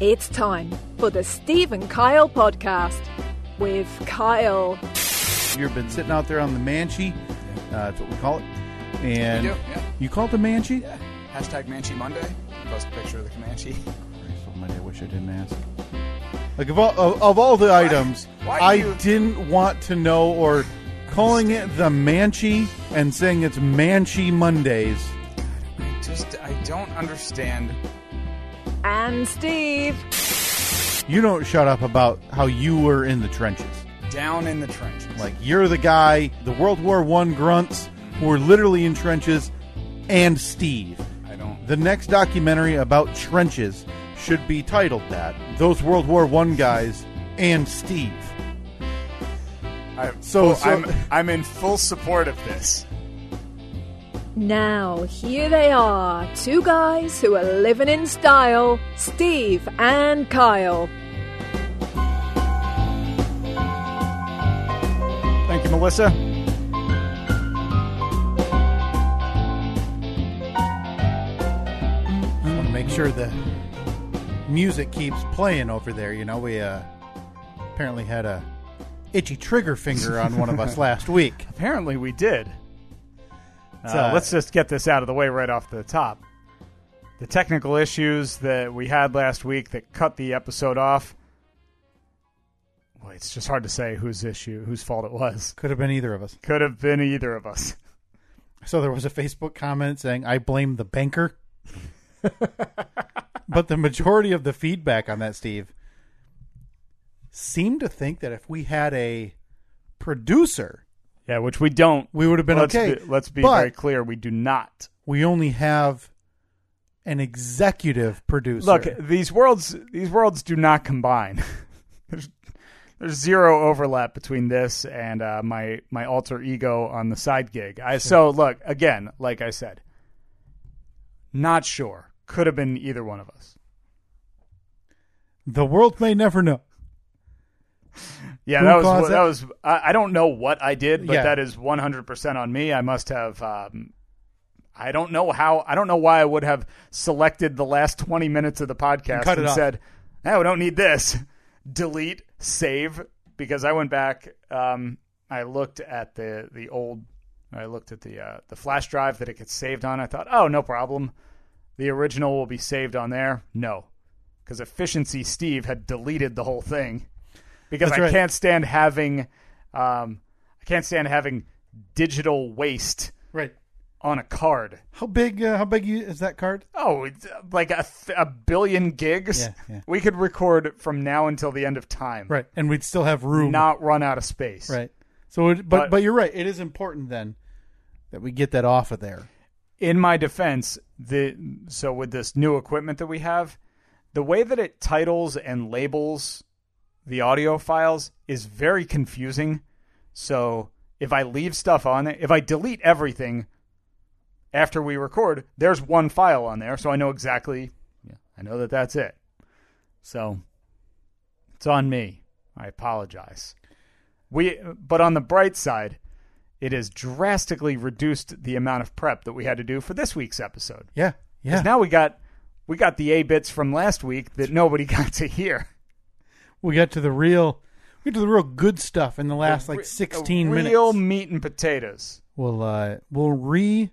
It's time for the Steve and Kyle podcast with Kyle. You've been sitting out there on the Manchi. Uh, that's what we call it. And We do, yeah. you call it the Manchi? Yeah. Hashtag Manchi Monday. Post a picture of the Comanche. Christ almighty, I wish I didn't ask. Like of all of, of all the items, why do I you- didn't want to know or calling it the Manchi and saying it's Manchi Mondays. I just, I don't understand. And Steve. You don't shut up about how you were in the trenches. Down in the trenches. Like you're the guy, the World War One grunts who were literally in trenches, and Steve. I don't. The next documentary about trenches should be titled that. Those World War One guys and Steve. I, So- oh, so- I'm, I'm in full support of this. Now, here they are, two guys who are living in style Steve and Kyle. Thank you, Melissa. I want to make sure the music keeps playing over there. You know, we uh, apparently had a itchy trigger finger on one of us last week. Apparently, we did. So Uh, let's just get this out of the way right off the top. The technical issues that we had last week that cut the episode off. Well, it's just hard to say whose issue, whose fault it was. Could have been either of us. Could have been either of us. So there was a Facebook comment saying, I blame the banker. but the majority of the feedback on that, Steve, seemed to think that if we had a producer, Yeah, which we don't. we would have been let's okay. Be, let's be but very clear. We do not. we only have an executive producer. Look, these worlds, these worlds do not combine. there's, there's zero overlap between this and uh, my my alter ego on the side gig. I so look again, like I said, not sure. Could have been either one of us. the world may never know. Yeah, Who that was caused that it? was. I, I don't know what I did, but Yeah. that is one hundred percent on me. I must have. Um, I don't know how. I don't know why I would have selected the last twenty minutes of the podcast cut it and off. said, "No, we don't need this." Delete, save, because I went back. Um, I looked at the the old. I looked at the uh, the flash drive that it gets saved on. I thought, "Oh, no problem. The original will be saved on there." No, because efficiency Steve had deleted the whole thing because That's I right. can't stand having um, I can't stand having digital waste Right. on a card. How big? Uh, how big you- is that card? Oh, it's, uh, like a, th- a billion gigs. Yeah, yeah. We could record from now until the end of time. Right, and we'd still have room. Not run out of space. right. So, it, but, but But- you're right. It is important then that we get that off of there. in my defense, the so with this new equipment that we have, the way that it titles and labels the audio files is very confusing. So if I leave stuff on it, if I delete everything after we record, there's one file on there, so I know exactly. Yeah, I know that that's it. So it's on me. I apologize. We but on the bright side, it has drastically reduced the amount of prep that we had to do for this week's episode. Yeah. Yeah. 'Cause Now we got we got the A bits from last week that nobody got to hear. we got to the real we got to the real good stuff in the last The re- like 16 the minutes Real meat and potatoes. we'll uh we'll re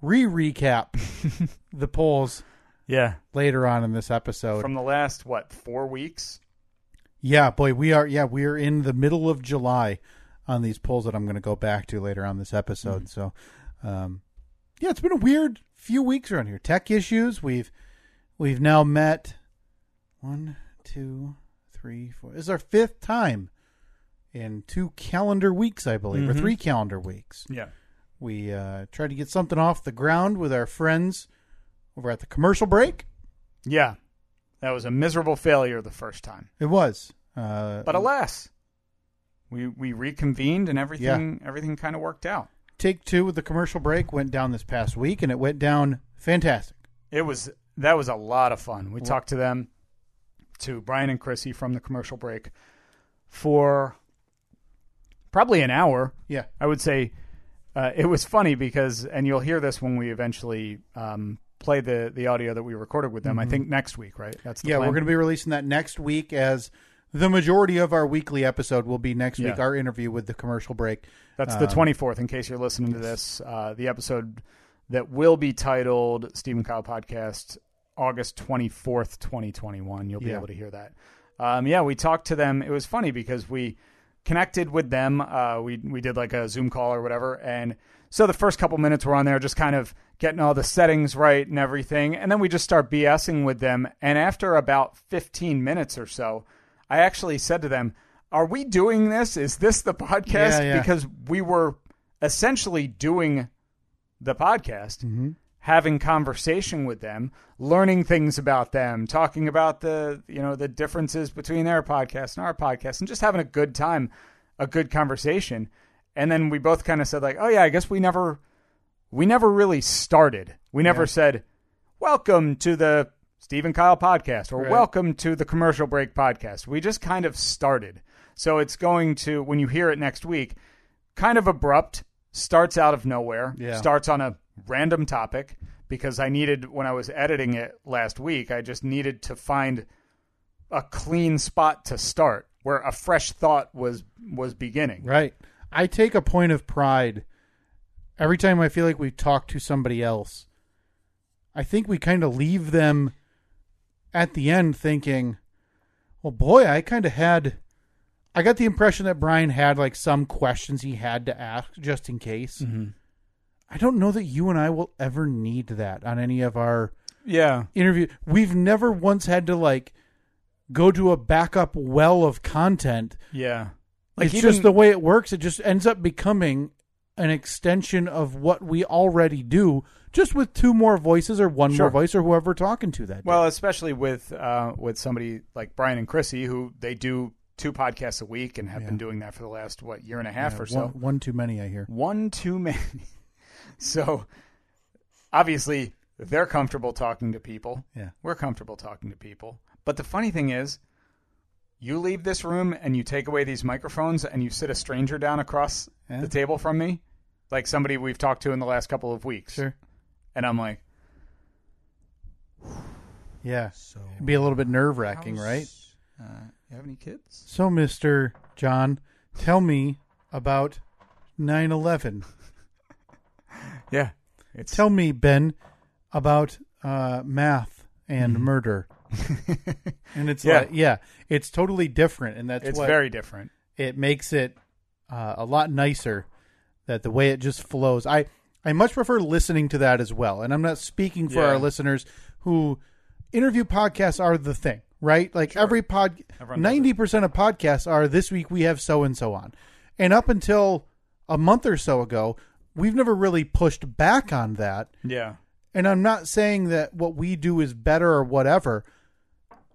re recap the polls Yeah. later on in this episode From the last what, 4 weeks? yeah boy we are yeah we are in the middle of july on these polls that i'm going to go back to later on this episode so um yeah it's been a weird few weeks around here tech issues we've we've now met one two three four this is our fifth time in two calendar weeks i believe or Mhm. three calendar weeks Yeah. We uh, tried to get something off the ground with our friends over at the commercial break. Yeah. That was a miserable failure the first time. It was, uh, But alas, we we reconvened and everything everything kind of worked out. take two with the commercial break went down this past week, and it went down fantastic. It was that was a lot of fun. We talked to them, to Brian and Chrissy from the commercial break, for probably an hour. Yeah, I would say uh, it was funny because, and you'll hear this when we eventually um, play the the audio that we recorded with them. I think next week, right? That's the Mm-hmm. yeah, plan. we're going to be releasing that next week as the majority of our weekly episode will be next week, Yeah. our interview with the commercial break. That's the 24th, in case you're listening to this. Uh, the episode that will be titled Stephen Kyle Podcast, August 24th, 2021. You'll be Yeah. able to hear that. Um, yeah, we talked to them. It was funny because we connected with them. Uh, we, we did like a Zoom call or whatever. And so the first couple minutes were on there just kind of getting all the settings right and everything. And then we just start BSing with them. And after about 15 minutes or so, I actually said to them, Are we doing this? Is this the podcast? Yeah, podcast yeah. because we were essentially doing the podcast, having conversation with them, learning things about them, talking about the you know the differences between their podcast and our podcast, and just having a good time, a good conversation. And then we both kind of said like, "Oh yeah, I guess we never we never really started. We never said, "Welcome to the Stephen Kyle podcast" or "Welcome to the Commercial Break podcast." We just kind of started. So it's going to when you hear it next week, kind of abrupt, starts out of nowhere, Yeah. starts on a random topic because I needed when I was editing it last week, I just needed to find a clean spot to start where a fresh thought was was beginning. Right. I take a point of pride every time I feel like we talk to somebody else. I think we kind of leave them at the end thinking, well, boy, I kind of had. I got the impression that Brian had like some questions he had to ask just in case. I don't know that you and I will ever need that on any of our Yeah. interview. We've never once had to like go to a backup well of content Yeah. Like it's even- just the way it works. It just ends up becoming an extension of what we already do, just with two more voices or one Sure. more voice or whoever we're talking to that. day. Well, especially with uh, with somebody like Brian and Chrissy, who they do two podcasts a week and have been doing that for the last what year and a half Yeah, or so. one, one too many, I hear. One too many. so obviously they're comfortable talking to people. Yeah. We're comfortable talking to people. But the funny thing is you leave this room and you take away these microphones and you sit a stranger down across Yeah. the table from me, like somebody we've talked to in the last couple of weeks. Sure. And I'm like, Yeah, it'd be a little bit nerve wracking, right? Uh, you have any kids? So, Mister John, tell me about 9-11. Yeah. It's Tell me, Ben, about uh, math and murder. and it's Mm-hmm. Yeah. like, yeah, it's totally different, and that's it's what very different. it makes it uh, a lot nicer that the way it just flows. I I much prefer listening to that as well. And I'm not speaking for Yeah. our listeners who interview podcasts are the thing, right? Like every pod Everyone does it. 90% of podcasts are this week we have so and so on. And up until a month or so ago, we've never really pushed back on that. Yeah. And I'm not saying that what we do is better or whatever,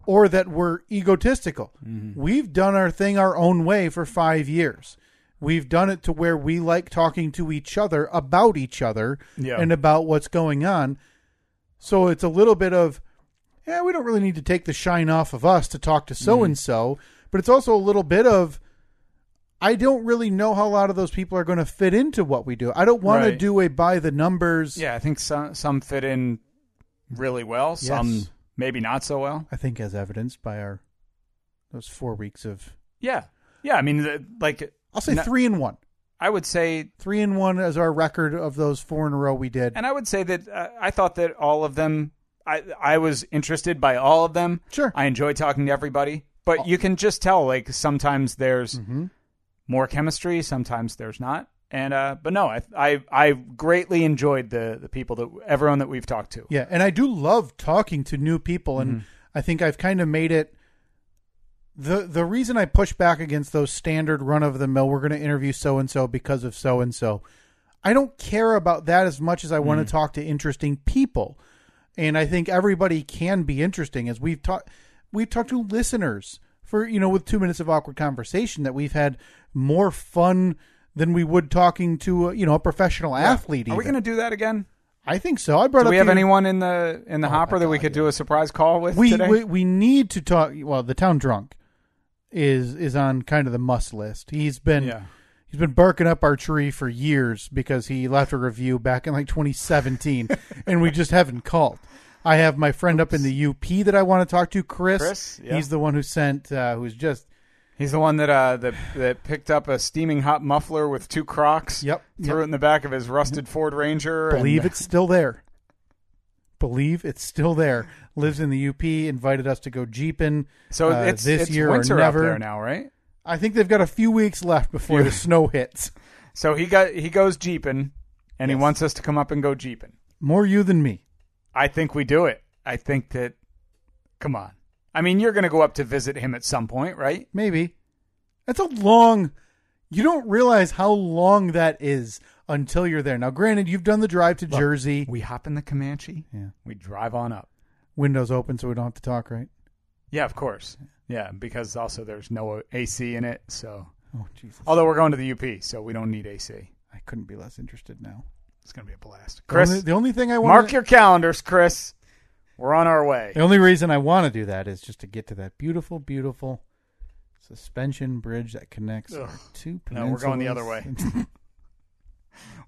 or that we're egotistical. Mm-hmm. We've done our thing our own way for five years. We've done it to where we like talking to each other about each other Yeah. and about what's going on. So it's a little bit of, yeah, we don't really need to take the shine off of us to talk to so and Mm-hmm. so. But it's also a little bit of, I don't really know how a lot of those people are going to fit into what we do. I don't want to Right. do a by the numbers. Yeah, I think some some fit in really well, some Yes. maybe not so well. I think as evidenced by our those four weeks of Yeah. Yeah, I mean the- like I'll say No. three and one. I would say Three and one as our record of those four in a row we did. and I would say that uh, I thought that all of them I I was interested by all of them. Sure. I enjoy talking to everybody, but you can just tell like sometimes there's Mm-hmm. more chemistry, sometimes there's not. And uh but no, I I I greatly enjoyed the the people that everyone that we've talked to. Yeah, and I do love talking to new people and Mm-hmm. I think I've kind of made it the the reason I push back against those standard run of the mill we're going to interview so and so because of so and so. I don't care about that as much as I Mm. want to talk to interesting people. And I think everybody can be interesting as we've talked we've talked to listeners for you know with 2 minutes of awkward conversation that we've had more fun than we would talking to uh, you know a professional athlete Are we even. going to do that again? I think so. I brought up Do Oh, we have your- anyone in the in the hopper that we could do a surprise call with we, today? we we need to talk. Well, the town drunk is is on kind of the must list. He's been Yeah. he's been barking up our tree for years because he left a review back in like 2017, and we just haven't called. I have my friend up in the UP that I want to talk to, Chris. Chris, yeah. He's the one who sent, uh, who's just He's the one that uh that that picked up a steaming hot muffler with two Crocs. Yep, Threw yep. it in the back of his rusted Ford Ranger. and- believe it's still there. Believe it's still there. Lives in the UP. Invited us to go jeeping. So uh, it's this it's year winter or up never. there now, right? I think they've got a few weeks left before the snow hits. So he got he goes jeeping, and he wants us to come up and go jeeping. More you than me. I think we do it. I think that. Come on. I mean, you're going to go up to visit him at some point, right? Maybe. That's a long. You don't realize how long that is until you're there. Now, granted, you've done the drive to Jersey. We hop in the Comanche. Yeah. We drive on up. Windows open, so we don't have to talk, right? Yeah, of course. Yeah, because also there's no AC in it. So Oh, Jesus. although we're going to the UP, so we don't need AC. I couldn't be less interested now. It's going to be a blast. The Chris, only- the only thing I want. mark your calendars, Chris. We're on our way. The only reason I want to do that is just to get to that beautiful, beautiful suspension bridge that connects our Ugh. two No, we're going the other peninsulas.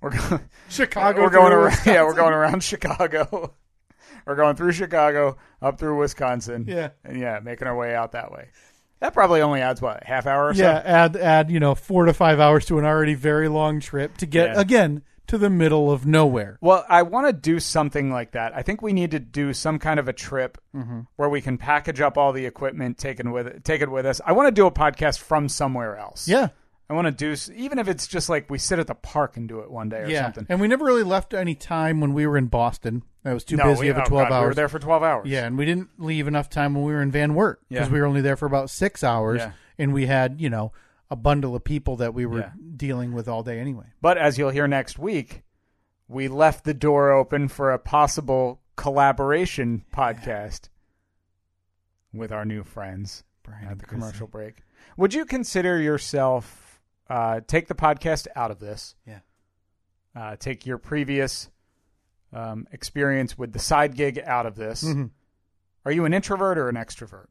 We're going. Chicago. We're going through Wisconsin. around. Yeah, we're going around Chicago. we're going through Chicago, up through Wisconsin. Yeah. and yeah, making our way out that way. That probably only adds what half hour or Yeah, so. add add you know four to five hours to an already very long trip to get Yeah. again to the middle of nowhere. Well, I want to do something like that. I think we need to do some kind of a trip Mm-hmm. where we can package up all the equipment taken with take it with us. I want to do a podcast from somewhere else. Yeah, I want to do s- even if it's just like we sit at the park and do it one day or yeah. something. And we never really left any time when we were in Boston. That was too no, busy we, of a oh, twelve God, We hours. were there for twelve hours. Yeah, and we didn't leave enough time when we were in Van Wert because Yeah. we were only there for about six hours, Yeah. and we had you know a bundle of people that we were Yeah. dealing with all day anyway. But as you'll hear next week, we left the door open for a possible collaboration podcast with our new friends Brian at the Anderson. commercial break. Would you consider yourself uh, take the podcast out of this? Yeah. Uh, take your previous um, experience with the side gig out of this. Mhm. Are you an introvert or an extrovert?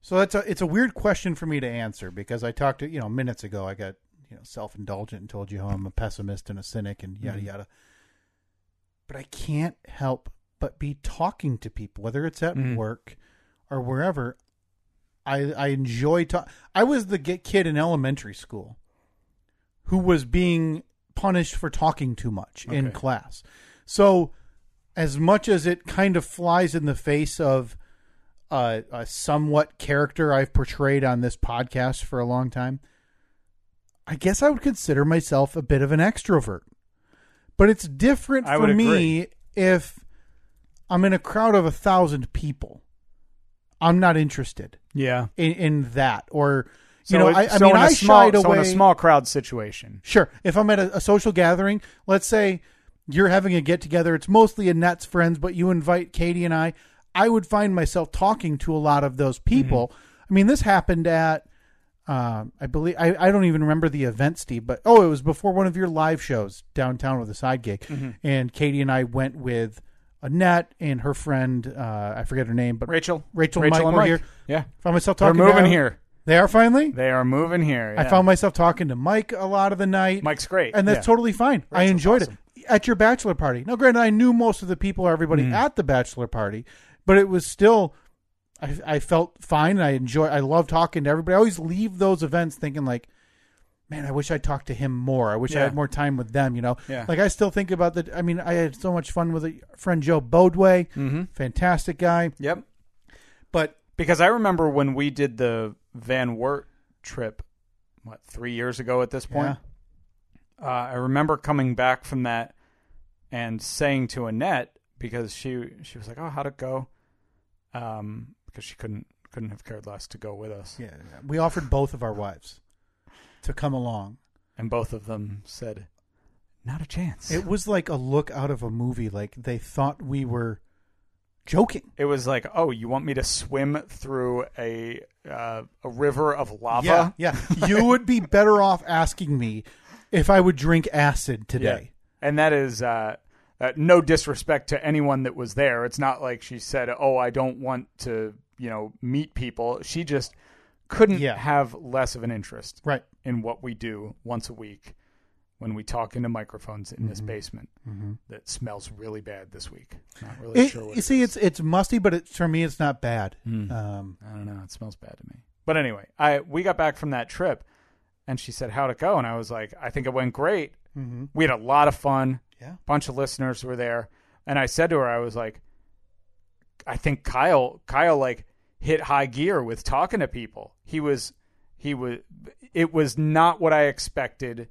So that's a it's a weird question for me to answer because I talked to you know minutes ago I got you know self indulgent and told you how I'm a pessimist and a cynic and yada Mhm. yada. But I can't help but be talking to people, whether it's at Mhm. work or wherever. I I enjoy talk. I was the ge- kid in elementary school who was being punished for talking too much in Okay. class. So as much as it kind of flies in the face of uh, a somewhat character I've portrayed on this podcast for a long time, I guess I would consider myself a bit of an extrovert. But it's different I for would me agree. if I'm in a crowd of a thousand people. I'm not interested Yeah. in, in that, or So, you know, it- I, I so mean, in a I small, shied away. So in a small crowd situation. Sure. If I'm at a, a social gathering, let's say you're having a get together, it's mostly Annette's friends, but you invite Katie and I, I would find myself talking to a lot of Mm-hmm. those people. I mean, this happened at, um, I believe, I, I don't even remember the event, Steve, but oh, it was before one of your live shows downtown with a side gig. Mm-hmm. And Katie and I went with Annette and her friend, uh, I forget her name, but Rachel. Rachel, Rachel Mike and were Mike. here. Yeah. Found myself They're talking to moving them. here. They are finally? They are moving here. I yeah. found myself talking to Mike a lot of the night. Mike's great, and that's yeah. totally fine. I Rachel's enjoyed awesome. it at your bachelor party. Now, granted, I knew most of the people or everybody Mm. at the bachelor party, but it was still. I, I felt fine. And I enjoy. I love talking to everybody. I always leave those events thinking like, man, I wish I talked to him more. I wish I Yeah. had more time with them. You know, Yeah. like I still think about the. I mean, I had so much fun with a friend Joe Bodway, Mhm. fantastic guy. Yep. But Because I remember when we did the Van Wert trip, what, three years ago at this point? Uh, I remember coming back from that and saying to Annette, because she she was like, Oh, how'd it go? Um, because she couldn't couldn't have cared less to go with us. yeah, yeah, we offered both of our wives to come along. And both of them said, Not a chance. It was like a look out of a movie. Like they thought we were joking. it was like, oh, you want me to swim through a uh, a river of lava? Yeah, yeah. you would be better off asking me if I would drink acid today. And that is uh, uh, no disrespect to anyone that was there. It's not like she said, "Oh, I don't want to," you know, meet people. She just couldn't Yeah. have less of an interest Right. in what we do once a week when we talk into microphones in this Mm-hmm. basement that smells really bad this week. Not really It, sure what you it see, is. Hmm. it's it's musty, but it's for me, it's not bad. Um, I don't know. It smells bad to me. But anyway, I we got back from that trip, and she said, "How'd it go?" And I was like, "I think it went great. We had a lot of fun. Yeah. bunch of listeners were there." And I said to her, "I was like, I think Kyle, Kyle, like hit high gear with talking to people. He was, he was. It was not what I expected.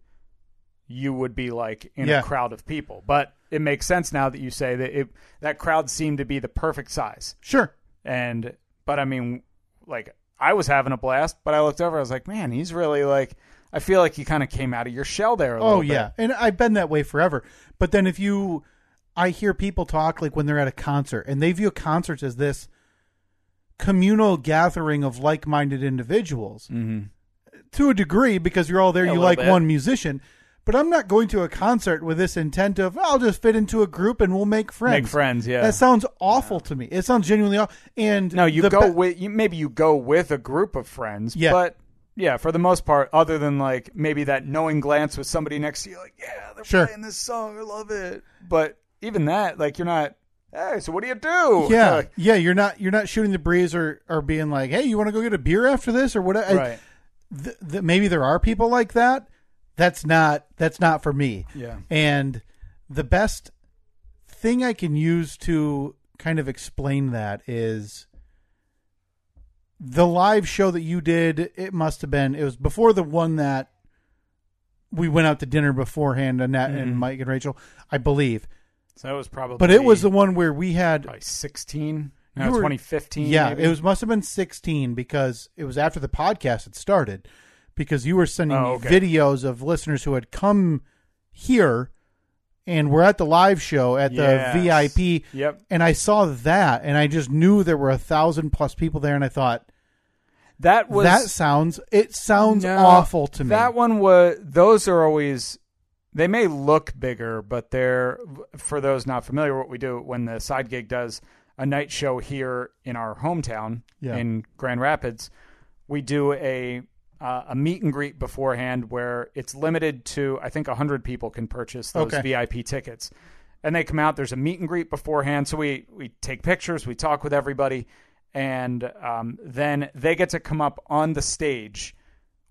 You would be like in Yeah. a crowd of people, but it makes sense now that you say that it that crowd seemed to be the perfect size." sure. and but I mean, like I was having a blast, but I looked over, I was like, man, he's really like. I feel like you kind of came out of your shell there. A Oh little bit. yeah, and I've been that way forever. But then if you, I hear people talk like when they're at a concert, and they view concerts as this communal gathering of like-minded individuals to a degree because you're all there, Mm-hmm. Yeah, a you little like bit. one musician. But I'm not going to a concert with this intent of I'll just fit into a group and we'll make friends. make friends. Yeah, That sounds awful to me. It sounds genuinely awful. And no, you the go be- with you, maybe you go with a group of friends. Yeah. but yeah, for the most part, other than like maybe that knowing glance with somebody next to you, like yeah, they're Sure. playing this song, I love it. But even that, like you're not. Hey, so what do you do? Yeah, Like, yeah. You're not you're not shooting the breeze or or being like, hey, you want to go get a beer after this or whatever. right. th- th- maybe there are people like that. That's not that's not for me. Yeah. And the best thing I can use to kind of explain that is the live show that you did. It must have been it was before the one that we went out to dinner beforehand. Annette and Mike and Rachel, I believe. So that was probably. But it was the one where we had probably sixteen. You No, were- twenty fifteen. yeah, it was must have been 16 because it was after the podcast had started because you were sending Oh, me okay. videos of listeners who had come here and were at the live show at Yes. the VIP. Yep. And I saw that and I just knew there were a thousand plus people there and I thought That was that sounds it sounds No, awful to me. That one was those are always they may look bigger, but they're for those not familiar what we do when the side gig does a night show here in our hometown Yeah. in Grand Rapids, we do a uh, a meet and greet beforehand where it's limited to I think 100 people can purchase those Okay. VIP tickets. And they come out there's a meet and greet beforehand so we we take pictures, we talk with everybody and um, then they get to come up on the stage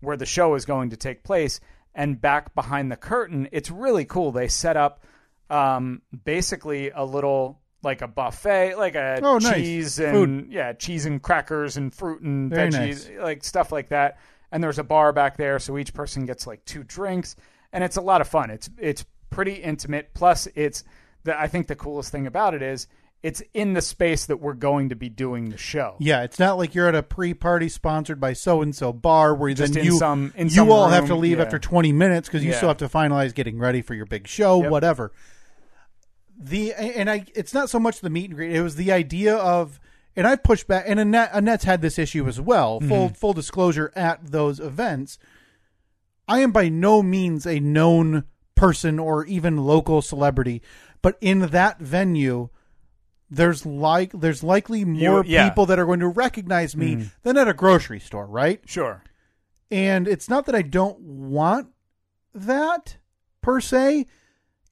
where the show is going to take place and back behind the curtain it's really cool they set up um, basically a little like a buffet like a Oh, nice. cheese and Food. yeah cheese and crackers and fruit and Very veggies like stuff like that and there's a bar back there so each person gets like two drinks and it's a lot of fun it's it's pretty intimate plus it's the i think the coolest thing about it is it's in the space that we're going to be doing the show Yeah, it's not like you're at a pre-party sponsored by so and so bar where Just then in you some- in you some all have to room, leave yeah. after 20 minutes because you Yeah. still have to finalize getting ready for your big show, Yep. whatever. The and I, it's not so much the meet and greet; it was the idea of, and I pushed back, and Annette, Annette's had this issue as well. Mm-hmm. Full full disclosure at those events, I am by no means a known person or even local celebrity, but in that venue, there's like there's likely more yeah. people that are going to recognize me Mm. than at a grocery store, right? sure And it's not that I don't want that per se.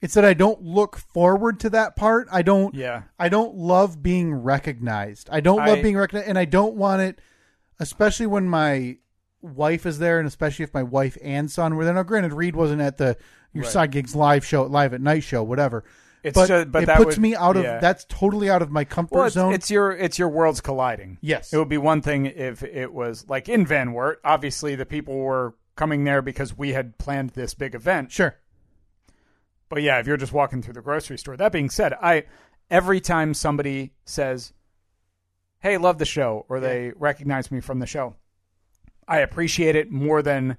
It's that I don't look forward to that part. I don't yeah I don't love being recognized. I don't love I- being recognized, and I don't want it, especially when my wife is there, and especially if my wife and son were there. Now, granted, Reed wasn't at the your Right. side gigs live show, live at night show, whatever. It's but, ju- but it that puts would- me out of yeah. that's totally out of my comfort Well, it's, zone. it's your it's your worlds colliding. Yes. it would be one thing if it was like in Van Wert. Obviously, the people were coming there because we had planned this big event. sure, But yeah, if you're just walking through the grocery store. That being said, I every time somebody says, "Hey, love the show," or they recognize me from the show, I appreciate it more than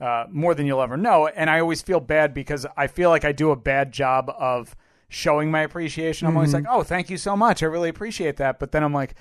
uh, more than you'll ever know. And I always feel bad because I feel like I do a bad job of showing my appreciation. I'm Mm-hmm. always like, "Oh, thank you so much. I really appreciate that." But then I'm like,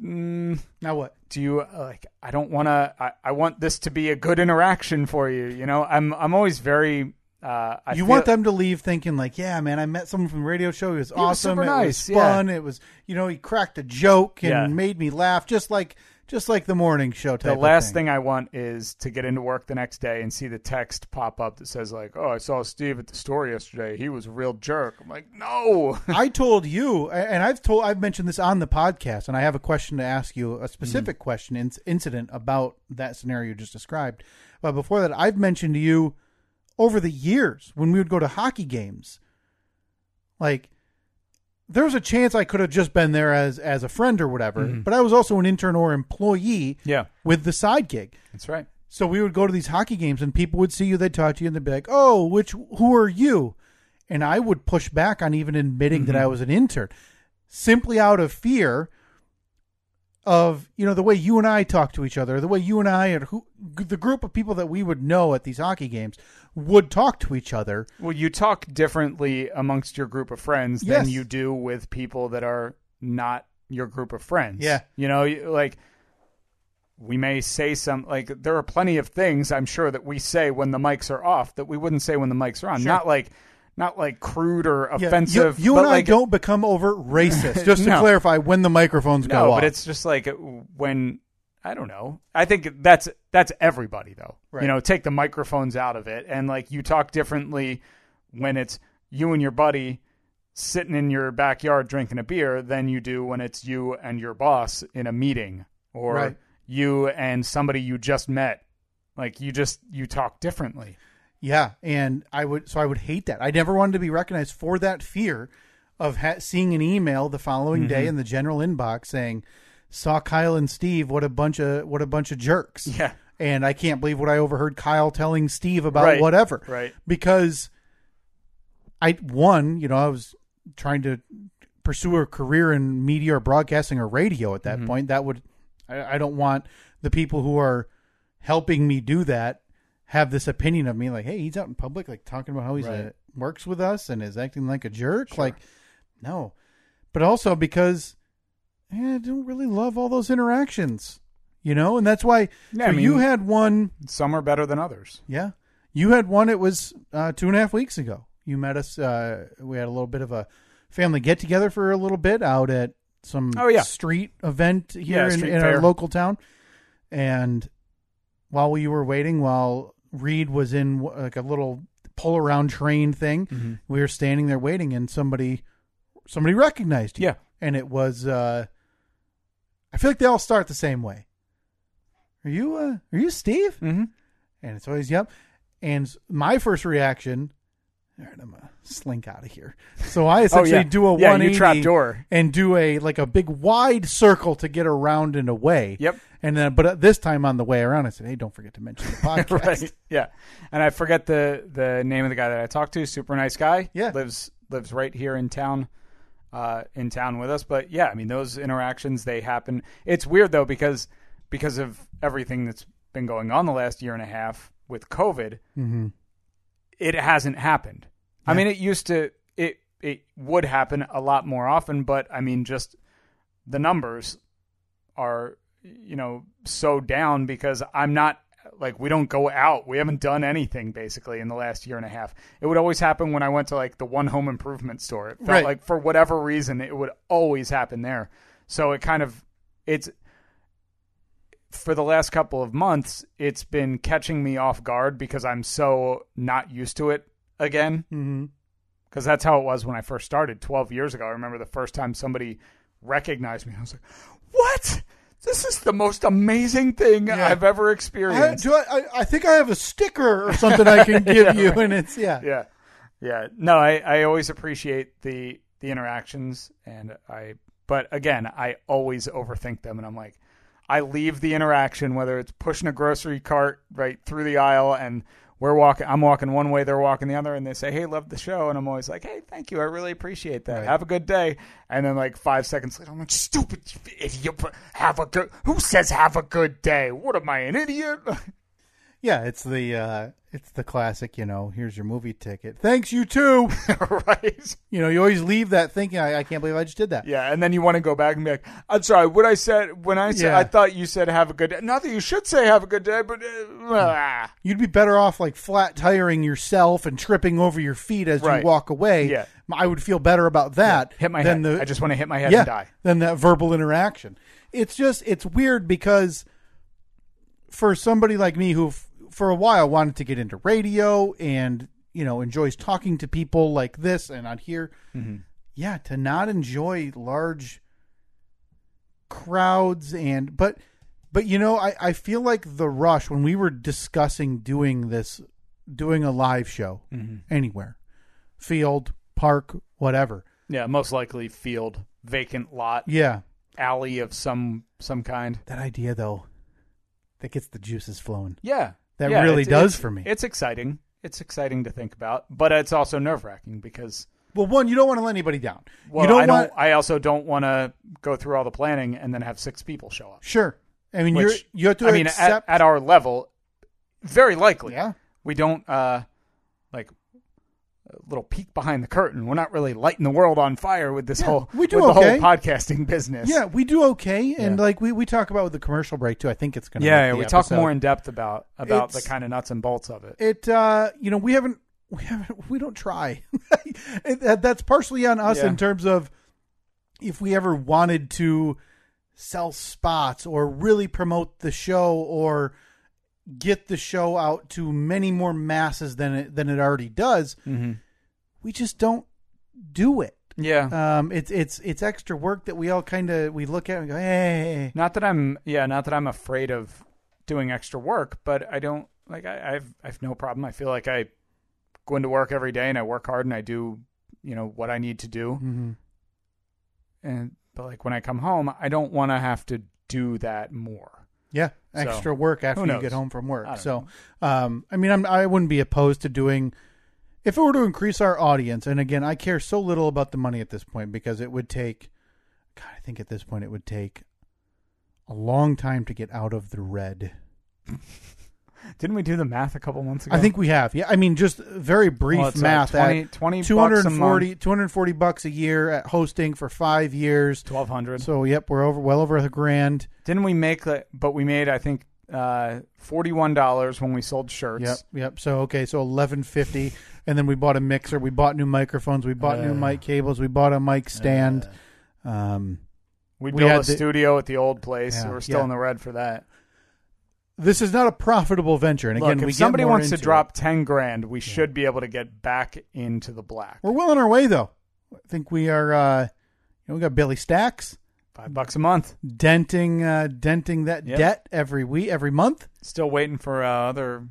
mm, now what? do you uh, like i don't want to I, I want this to be a good interaction for you you know i'm i'm always very uh I you feel- want them to leave thinking like, yeah, man, I met someone from the radio show. He was was awesome. super it nice, was yeah. fun. It was, you know, he cracked a joke and Yeah. made me laugh, just like just like the morning show type. The of last thing. thing. I want is to get into work the next day and see the text pop up that says like, "Oh, I saw Steve at the store yesterday. He was a real jerk." I'm like, "No." I told you, and I've told, I've mentioned this on the podcast, and I have a question to ask you, a specific question, in, incident about that scenario you just described. But before that, I've mentioned to you over the years when we would go to hockey games, like there was a chance I could have just been there as as a friend or whatever, but I was also an intern or employee yeah, with the side gig. that's right. So we would go to these hockey games, and people would see you. They'd talk to you, and they'd be like, "Oh, which who are you?" And I would push back on even admitting that I was an intern, simply out of fear of you know the way you and I talk to each other, the way you and I and who the group of people that we would know at these hockey games would talk to each other. Well, you talk differently amongst your group of friends Yes. than you do with people that are not your group of friends. Yeah. You know, you- like we may say some like there are plenty of things I'm sure that we say when the mics are off that we wouldn't say when the mics are on. Not like not like crude or Yeah, offensive. You, you but and I like, don't become overt racist. Just to No. clarify, when the microphones No, go off, but it's just like uh, when I don't know. I think that's that's everybody though. Right. You know, take the microphones out of it and like you talk differently when it's you and your buddy sitting in your backyard drinking a beer than you do when it's you and your boss in a meeting or Right. you and somebody you just met. Like you just you talk differently. Yeah, and I would so I would hate that. I never wanted to be recognized for that fear of ha- seeing an email the following day in the general inbox saying, "Saw Kyle and Steve. What a bunch of what a bunch of jerks." Yeah. and I can't believe what I overheard Kyle telling Steve about Right, whatever. right. because I one, you know, I was trying to pursue a career in media or broadcasting or radio at that Mm-hmm. point. That would I, I don't want the people who are helping me do that have this opinion of me like, hey, he's out in public, like talking about how he's a, Right. works with us and is acting like a jerk. Like, no, but also because eh, I don't really love all those interactions, you know, and that's why so Yeah, I mean- you had one. Some are better than others. Yeah. You had one, it was uh, two and a half weeks ago. You met us. Uh, we had a little bit of a family get together for a little bit out at some Oh, yeah. street event here Yeah, in, street in our fair. local town. And while we were waiting, while Reed was in w- like a little pull around train thing, Mm-hmm. we were standing there waiting, and somebody somebody recognized you. Yeah. And it was, uh, I feel like they all start the same way. Are you, uh, are you Steve? Mm-hmm. And it's always, yep. And s- my first reaction, all right, I'm going to slink out of here. So I essentially Oh, yeah. do a Yeah, you 180 trapdoor. and do a, like a big wide circle to get around and away. Yep. And then, but uh, this time on the way around, I said, hey, don't forget to mention the podcast. right. Yeah. And I forget the the name of the guy that I talked to. Super nice guy. Yeah. Lives lives right here in town. Uh, in town with us, but yeah, I mean those interactions they happen. It's weird though because because of everything that's been going on the last year and a half with COVID, Mm-hmm. it hasn't happened. I mean, it used to it it would happen a lot more often, but I mean, just the numbers are you know so down because I'm not like we don't go out. We haven't done anything basically in the last year and a half. It would always happen when I went to like the one home improvement store. It felt Right. like for whatever reason it would always happen there. So it kind of it's for the last couple of months it's been catching me off guard because I'm so not used to it again hmm because that's how it was when I first started 12 years ago. I remember the first time somebody recognized me. I was like, "What? This is the most amazing thing Yeah. I've ever I, experienced." do I, I, I think I have a sticker or something I can give you. And it's, yeah. yeah, yeah. No, I, I always appreciate the the interactions, and I. But again, I always overthink them, and I'm like, I leave the interaction whether it's pushing a grocery cart right through the aisle and. We're walking. I'm walking one way. They're walking the other, and they say, "Hey, love the show." And I'm always like, "Hey, thank you. I really appreciate that. Right. Have a good day." And then, like five seconds later, I'm like, "Stupid idiot! Have a good. Who says have a good day? What am I, an idiot?" Yeah. It's the, uh, it's the classic, you know, here's your movie ticket. Thanks, you too. right? you know, you always leave that thinking, I, I can't believe I just did that. Yeah, and then you want to go back and be like, "I'm sorry, what I said when I said Yeah. I thought you said have a good day. Not that you should say have a good day, but uh, ah." You'd be better off like flat tiring yourself and tripping over your feet as Right. you walk away. Yeah. I would feel better about that hit my than head. the I just want to hit my head yeah, and die. than that verbal interaction. it's just it's weird because for somebody like me who f- for a while wanted to get into radio and you know enjoys talking to people like this and on here Mm-hmm. yeah to not enjoy large crowds and but but you know I, I feel like the rush when we were discussing doing this doing a live show Mm-hmm. anywhere field park whatever Yeah, most likely field, vacant lot, yeah alley of some some kind. that idea though that gets the juices flowing Yeah. That Yeah, really it's- does it's- for me. It's exciting. It's exciting to think about, but it's also nerve wracking because well one you don't want to let anybody down well, you don't I don't. want I also don't want to go through all the planning and then have six people show up. sure i mean Which you're you have to I mean, at, accept at our level, very likely. yeah we don't uh like a little peek behind the curtain. We're not really lighting the world on fire with this Yeah, whole we do with the okay. whole podcasting business. yeah we do okay and Yeah. like we, we talk about with the commercial break too i think it's gonna Yeah, make yeah, the we talk episode. more in depth about about the It's- kind of nuts and bolts of it. it uh you know we haven't we haven't we don't try It- that, that's partially on us Yeah. in terms of if we ever wanted to sell spots or really promote the show or get the show out to many more masses than it than it already does Mm-hmm. we just don't do it Yeah, um it's it's it's extra work that we all kind of we look at and go hey not that I'm yeah, not that I'm afraid of doing extra work, but I don't like I, I've I've no problem. I feel like I go into work every day and I work hard and I do you know what I need to do. Mhm. And but like when I come home, I don't want to have to do that more. Yeah, So, extra work after who you knows? get home from I work. don't So, um, I mean, I'm, I wouldn't be opposed to doing if it were to increase our audience. And again, I care so little about the money at this point because it would take. God, I think at this point it would take a long time to get out of the red. Didn't we do the math a couple months ago? I think we have. Yeah, I mean, just very brief Well, it's, uh, math 20 at 20 bucks a 240, month. 240 bucks a year at hosting for five years. twelve hundred. So, yep, we're over well over a grand. Didn't we make the- But we made I think uh, forty one dollars when we sold shirts. Yep, yep. So okay, so eleven fifty, and then we bought a mixer, we bought new microphones, we bought new Uh. mic cables, we bought a mic stand. um, We We built had a the- studio at the old place. Yeah, so we're still yeah. in the red for that. this is not a profitable venture, and again, Look, we get if somebody more wants to into drop it. ten grand, we should be able to get back into the black. we're well on our way though. I think we are. Uh, you know, we got Billy Stacks Five bucks a month. denting, uh, denting that Yep. debt every week, every month. Still waiting for uh, other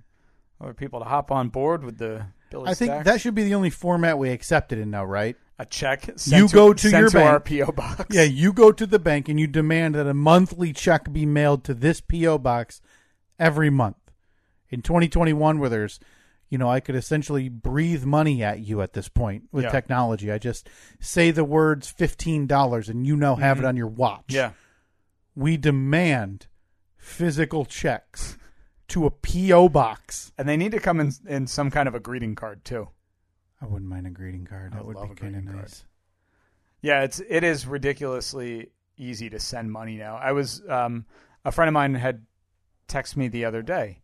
other people to hop on board with the. Billy I think Stacks. that should be the only format we accept it in now, right? a check. Sent You go to sent your to our bank. PO box. Yeah, you go to the bank and you demand that a monthly check be mailed to this PO box every month. In 2021 where there's you know, I could essentially breathe money at you at this point with Yeah. technology. I just say the words $15 and you now have it on your watch. Mm-hmm. yeah. We demand physical checks to a PO box. And they need to come in in some kind of a greeting card too. I wouldn't mind a greeting card. I That would love be a kind of greeting card. nice. Yeah, it's it is ridiculously easy to send money now. I was um, a friend of mine had texted me the other day,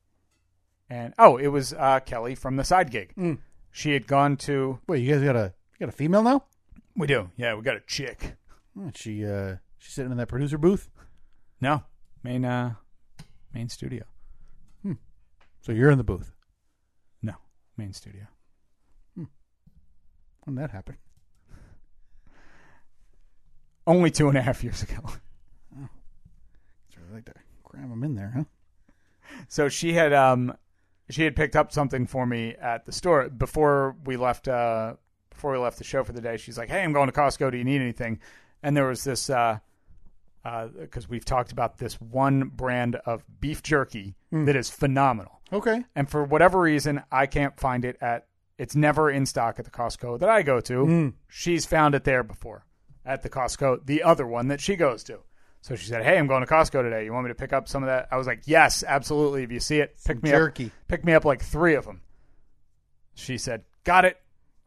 and oh, it was uh, Kelly from the side gig. Mm. She had gone to Wait, you guys got a you got a female now? we do yeah we got a chick. Hmm, She uh she's sitting in that producer booth. No main uh, main studio. So you're in the booth. No main studio. When that happened. Only two and a half years ago. So I like to cram them in there, huh? So she had um she had picked up something for me at the store before we left uh before we left the show for the day. She's like, "Hey, I'm going to Costco. Do you need anything?" And there was this uh because we've talked about this one brand of beef jerky that is phenomenal, Okay. and for whatever reason, I can't find it at. It's never in stock at the Costco that I go to. Hmm. She's found it there before at the Costco, the other one that she goes to. So she said, "Hey, I'm going to Costco today. You want me to pick up some of that?" I was like, "Yes, absolutely. If you see it, pick me jerky. up. Pick me up like three of them." She said, "Got it."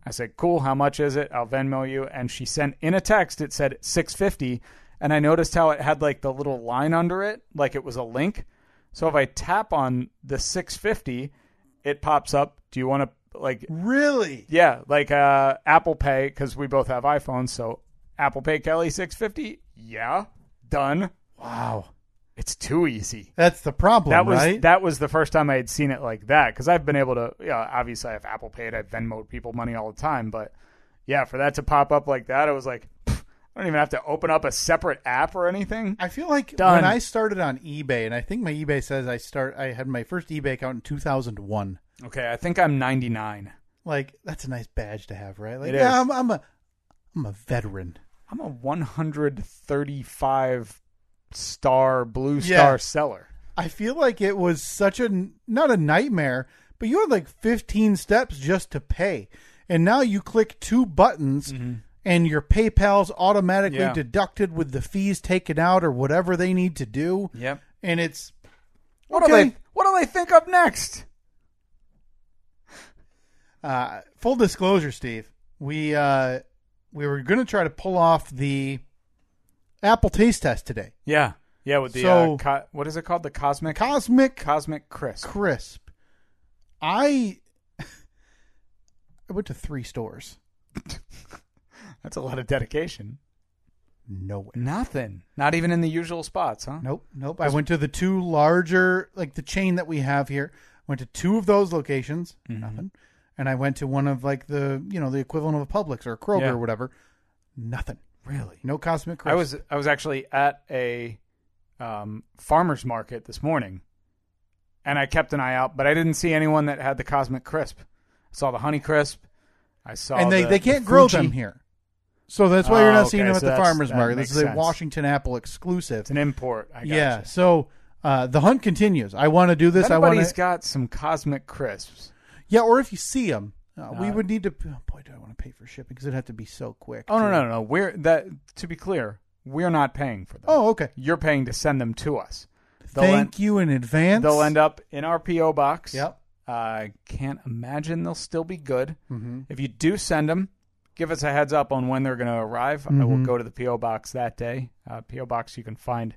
I said, "Cool. How much is it? I'll Venmo you." And she sent in a text. It said six fifty, and I noticed how it had like the little line under it, like it was a link. So if I tap on the six fifty, it pops up. Do you want to like Really? yeah, like uh, Apple Pay because we both have iPhones. So Apple Pay Kelly six fifty. Yeah, done. Wow. It's too easy. That's the problem, That was right? that was the first time I had seen it like that because I've been able to. Yeah, obviously I have Apple Pay. and I Venmo people money all the time, but yeah, for that to pop up like that, I was like, "Pff, I don't even have to open up a separate app or anything. I feel like Done. when I started on eBay, and I think my eBay says I start. I had my first eBay account in 2001. Okay, I think I'm 99. Like that's a nice badge to have, right? Like, It yeah, is. I'm, I'm a, I'm a veteran. I'm a 135 star blue Yeah. star seller. I feel like it was such a not a nightmare, but you had like 15 steps just to pay, and now you click two buttons, and your PayPal's automatically Yeah. deducted with the fees taken out or whatever they need to do, Yep. and it's What Okay. do they What do they think up next? Uh, full disclosure, Steve, we uh, we were going to try to pull off the Apple taste test today. Yeah, yeah. With the So- uh, co- what is it called? The cosmic Cosmic cosmic crisp. crisp. I I went to three stores. That's a lot of dedication. No way. Nothing. Not even in the usual spots, huh? Nope, nope. I went to the two larger, like the chain that we have here. Went to two of those locations, Mm-hmm. nothing. And I went to one of like the you know the equivalent of a Publix or a Kroger Yeah. or whatever, nothing. Really? No cosmic crisp. I was I was actually at a um, farmers market this morning, and I kept an eye out, but I didn't see anyone that had the cosmic crisp. I saw the honey crisp. I saw and they, the- they the can't grow Fuji. them here. So that's why you're Oh, not seeing okay, them at so the that's- farmers that market. This is makes a sense. Washington apple exclusive. It's an import. I Yeah. gotcha. So uh, the hunt continues. I want to do this. If I want anybody's to. got some cosmic crisps. yeah. Or if you see them, uh, we Uh, would need to. Oh boy, do I want to pay for shipping because it'd have to be so quick. Oh no too. no no, no! We're that to be clear, we're not paying for them. Oh okay. you're paying to send them to us. They'll Thank end, you in advance. They'll end up in our PO box. Yep. I can't imagine they'll still be good. Mhm. If you do send them, give us a heads up on when they're going to arrive. I will go to the PO box that day. Uh, PO box you can find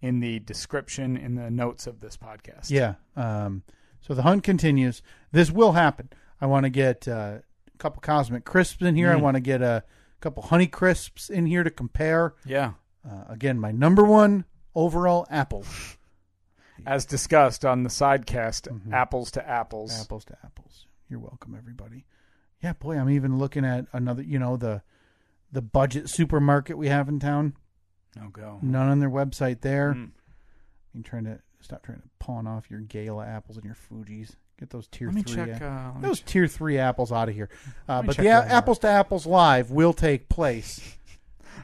in the description in the notes of this podcast. Yeah. Um, so the hunt continues. This will happen. I want to get uh, a couple cosmic crisps in Mm. here. I want to get a couple honey crisps in here to compare. yeah. Uh, again, my number one overall apple. As discussed on the sidecast, apples to apples. apples to apples. You're welcome, everybody. Yeah, boy, I'm even looking at another. You know the the budget supermarket we have in town. No go. None on their website there. Mm. I'm trying to stop trying to pawn off your Gala apples and your Fuji's. Get those tier Let me three. eh? check. a- Uh, let me those check. tier three apples out of here. Uh, me but check the that a- out. apples to apples live will take place.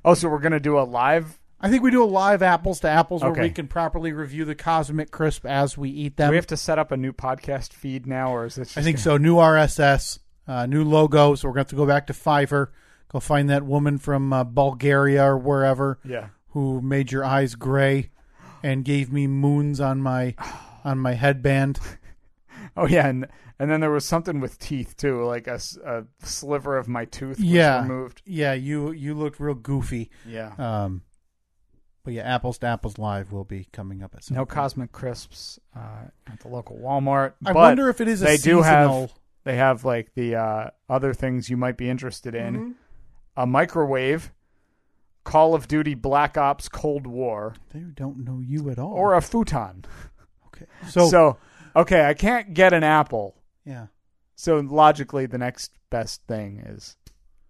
Oh, so we're going to do a live. I think we do a live apples to apples where Okay. we can properly review the cosmic crisp as we eat them. do we have to set up a new podcast feed now, or is this? Just I think so. New RSS, uh, new logo. So we're going to have to go back to Fiverr, go find that woman from uh, Bulgaria or wherever Yeah. who made your eyes gray and gave me moons on my on my headband. Oh yeah, and and then there was something with teeth too, like a, s- a sliver of my tooth was yeah, removed. Uh, yeah. You you looked real goofy. Yeah. Um, but yeah, apples to apples live will be coming up at some. no point. cosmic crisps uh, at the local Walmart. I but wonder if it is a they do have seasonal- they have like the uh, other things you might be interested in: a microwave, Call of Duty Black Ops Cold War, They don't know you at all. or a futon. okay. So, so okay, I can't get an apple. yeah. So logically, the next best thing is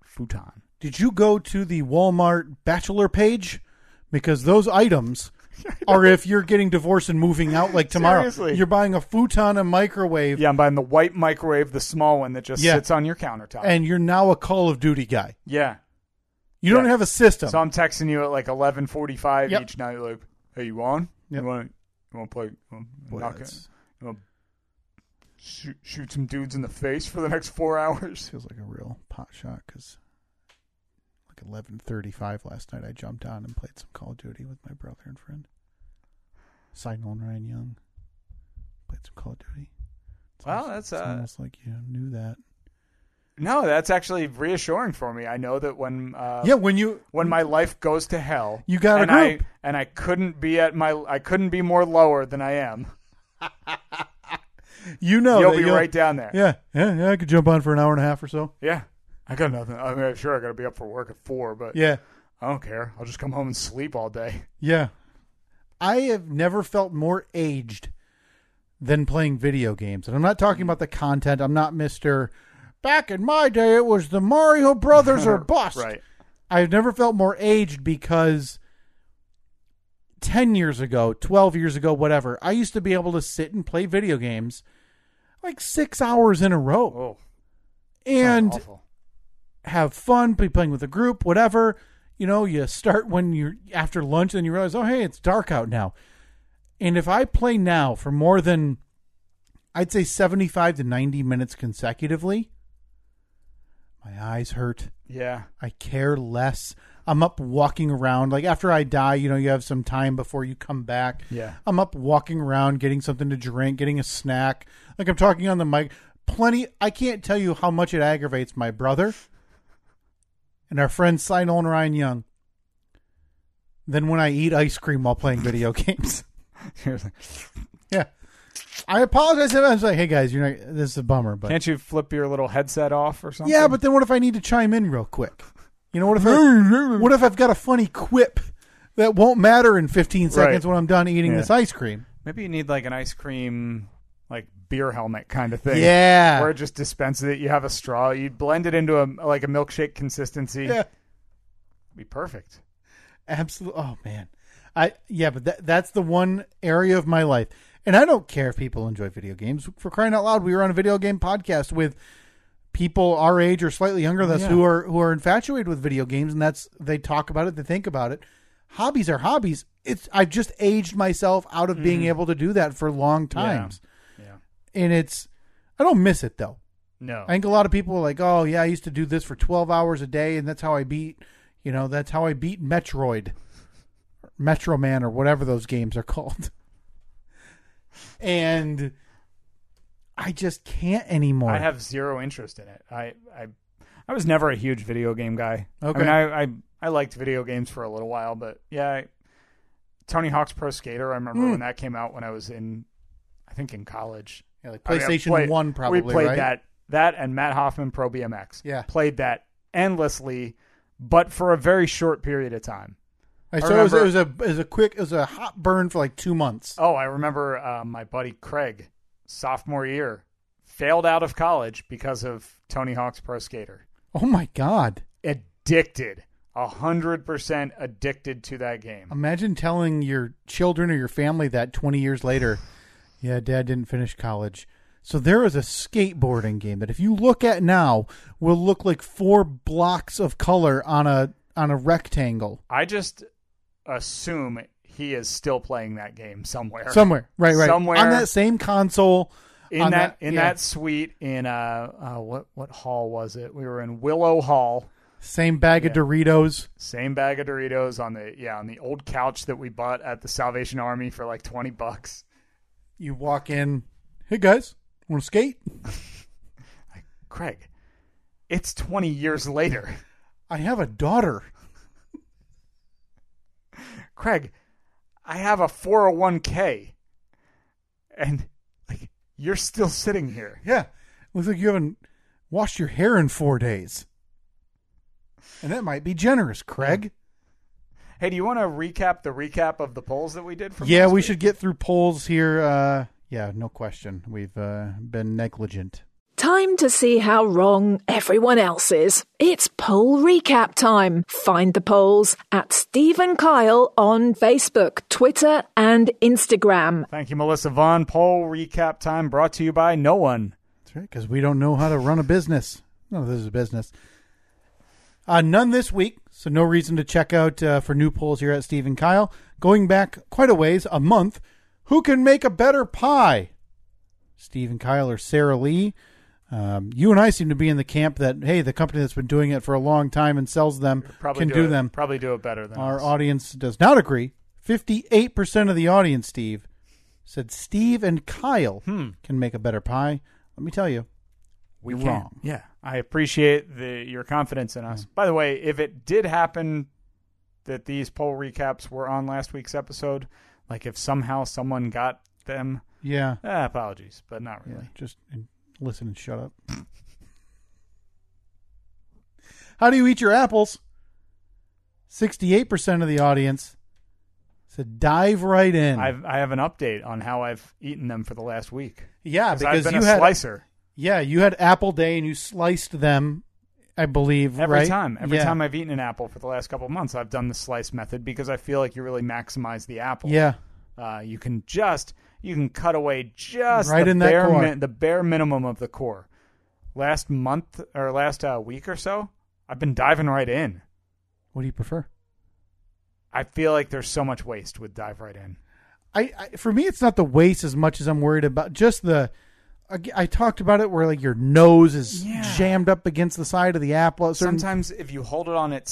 futon. Did you go to the Walmart bachelor page? Because those items are if you're getting divorced and moving out like tomorrow. Seriously. You're buying a futon, a microwave, Yeah, I'm buying the white microwave, the small one that just Yeah. sits on your countertop. and you're now a Call of Duty guy. yeah. You don't Yeah. have a system. So I'm texting you at like 11:45 Yep. each night. Like, hey, you on? Yep. You want? You want to play? Um, Boy, knock it- that's- you wanna shoot, shoot some dudes in the face for the next four hours. feels like a real pot shot because like 11.35 last night I jumped on and played some Call of Duty with my brother and friend. Signal and Ryan Young. Played some Call of Duty. It's Wow, almost- that's, it's uh, almost like you knew that. No, that's actually reassuring for me. I know that when uh, yeah, when you when my life goes to hell, You got a and I, group. and I couldn't be at my I couldn't be more lower than I am. you know you'll that be right down there. Yeah, yeah, yeah. I could jump on for an hour and a half or so. Yeah. I got nothing. I mean, sure, I got to be up for work at four, but Yeah, I don't care. I'll just come home and sleep all day. yeah. I have never felt more aged than playing video games. And I'm not talking about the content. I'm not Mr. Back in my day, it was the Mario Brothers or bust. Right. I've never felt more aged because 10 years ago, 12 years ago, whatever, I used to be able to sit and play video games like six hours in a row Oh, and awful. have fun, be playing with a group, whatever. You know, you start when you're after lunch and you realize, oh, hey, it's dark out now. And if I play now for more than, I'd say 75 to 90 minutes consecutively, my eyes hurt. yeah. I care less. I'm up walking around. Like after I die, you know, you have some time before you come back. Yeah. I'm up walking around, getting something to drink, getting a snack. Like I'm talking on the mic. Plenty. I can't tell you how much it aggravates my brother and our friend Sinon Ryan Young than when I eat ice cream while playing video games. Yeah. I apologize. if I was like, hey guys, you're not, this is a bummer, but Can't you flip your little headset off or something? yeah, but then what if I need to chime in real quick? You know, what if I, what if I've got a funny quip that won't matter in 15 seconds Right. when I'm done eating Yeah. this ice cream? maybe you need like an ice cream, like beer helmet kind of thing. Yeah. Where it just dispenses it. You have a straw. You blend it into a like a milkshake consistency. Yeah, Be perfect. absolutely. Oh man, I yeah, but that that's the one area of my life, and I don't care if people enjoy video games. For crying out loud, we were on a video game podcast with people our age or slightly younger than us who are who are infatuated with video games, and that's they talk about it, they think about it. Hobbies are hobbies. It's I've just aged myself out of being able to do that for long times. Mm-hmm. Yeah. and it's I don't miss it though. No. I think a lot of people are like, oh yeah, I used to do this for twelve hours a day, and that's how I beat, you know, that's how I beat Metroid, Metro Man, or whatever those games are called. and I just can't anymore. I have zero interest in it. I I I was never a huge video game guy. Okay. I mean, I I, I liked video games for a little while, but yeah, I, Tony Hawk's Pro Skater. I remember Mm. when that came out when I was in, I think in college. Yeah, like I mean, I PlayStation played- One, probably. We played right? that that and Matt Hoffman Pro BMX. Yeah. played that endlessly, but for a very short period of time. I I saw it was, it remember- was a it was a quick it was a hot burn for like two months. Oh, I remember uh, my buddy Craig, sophomore year, failed out of college because of Tony Hawk's Pro Skater. Oh my god! addicted, a hundred percent addicted to that game. Imagine telling your children or your family that 20 years later. Yeah, dad didn't finish college. So there is a skateboarding game that if you look at now will look like four blocks of color on a on a rectangle I just assume he is still playing that game somewhere, somewhere. Right, right. Somewhere. on that same console. in on that, that- in yeah. that suite in uh, uh what what hall was it? We were in Willow Hall, Same bag of Doritos. same bag of Doritos on the yeah on the old couch that we bought at the Salvation Army for like twenty bucks. You walk in. Hey guys, want to skate? Craig, it's twenty years later. I have a daughter. Craig, I have a 401k and like you're still sitting here. Yeah. Looks like you haven't washed your hair in 4 days. And that might be generous, Craig. Hey, do you want to recap the recap of the polls that we did from yeah last we week? should get through polls here uh yeah no question we've uh, been negligent Time to see how wrong everyone else is. It's poll recap time. Find the polls at Steve and Kyle on Facebook, Twitter, and Instagram. Thank you, Melissa Vaughn. Poll recap time brought to you by no one. that's right because we don't know how to run a business no this is a business uh none this week so no reason to check out uh, for new polls here at steve and kyle going back quite a ways a month who can make a better pie steve and kyle or sarah lee um, you and I seem to be in the camp that hey, the company that's been doing it for a long time and sells them Probably can do it- them. Probably do it better than Our us. audience does not agree. 58% of the audience, Steve, said Steve and Kyle can make a better pie. Let me tell you, Hmm. we you're can. wrong. Yeah, I appreciate the, your confidence in us. By the way, if it did happen that these poll recaps were on last week's episode, like if somehow someone got them, Yeah. ah, apologies, but not yeah really. just and listen and shut up. How do you eat your apples? 68% of the audience So dive right in. I've, I have an update on how I've eaten them for the last week. yeah, 'Cause because I've you been a had slicer yeah you had Apple Day and you sliced them, I believe. every right? time. Every yeah. time I've eaten an apple for the last couple of months, I've done the slice method because I feel like you really maximize the apple. yeah, Uh, you can just you can cut away just Right the in that bare core. the bare minimum of the core. Last month or last uh, week or so, I've been diving right in. what do you prefer? I feel like there's so much waste with dive right in. I, I for me it's not the waste as much as I'm worried about just the I, I talked about it where like your nose is Yeah. jammed up against the side of the apple. at certain- Sometimes if you hold it on its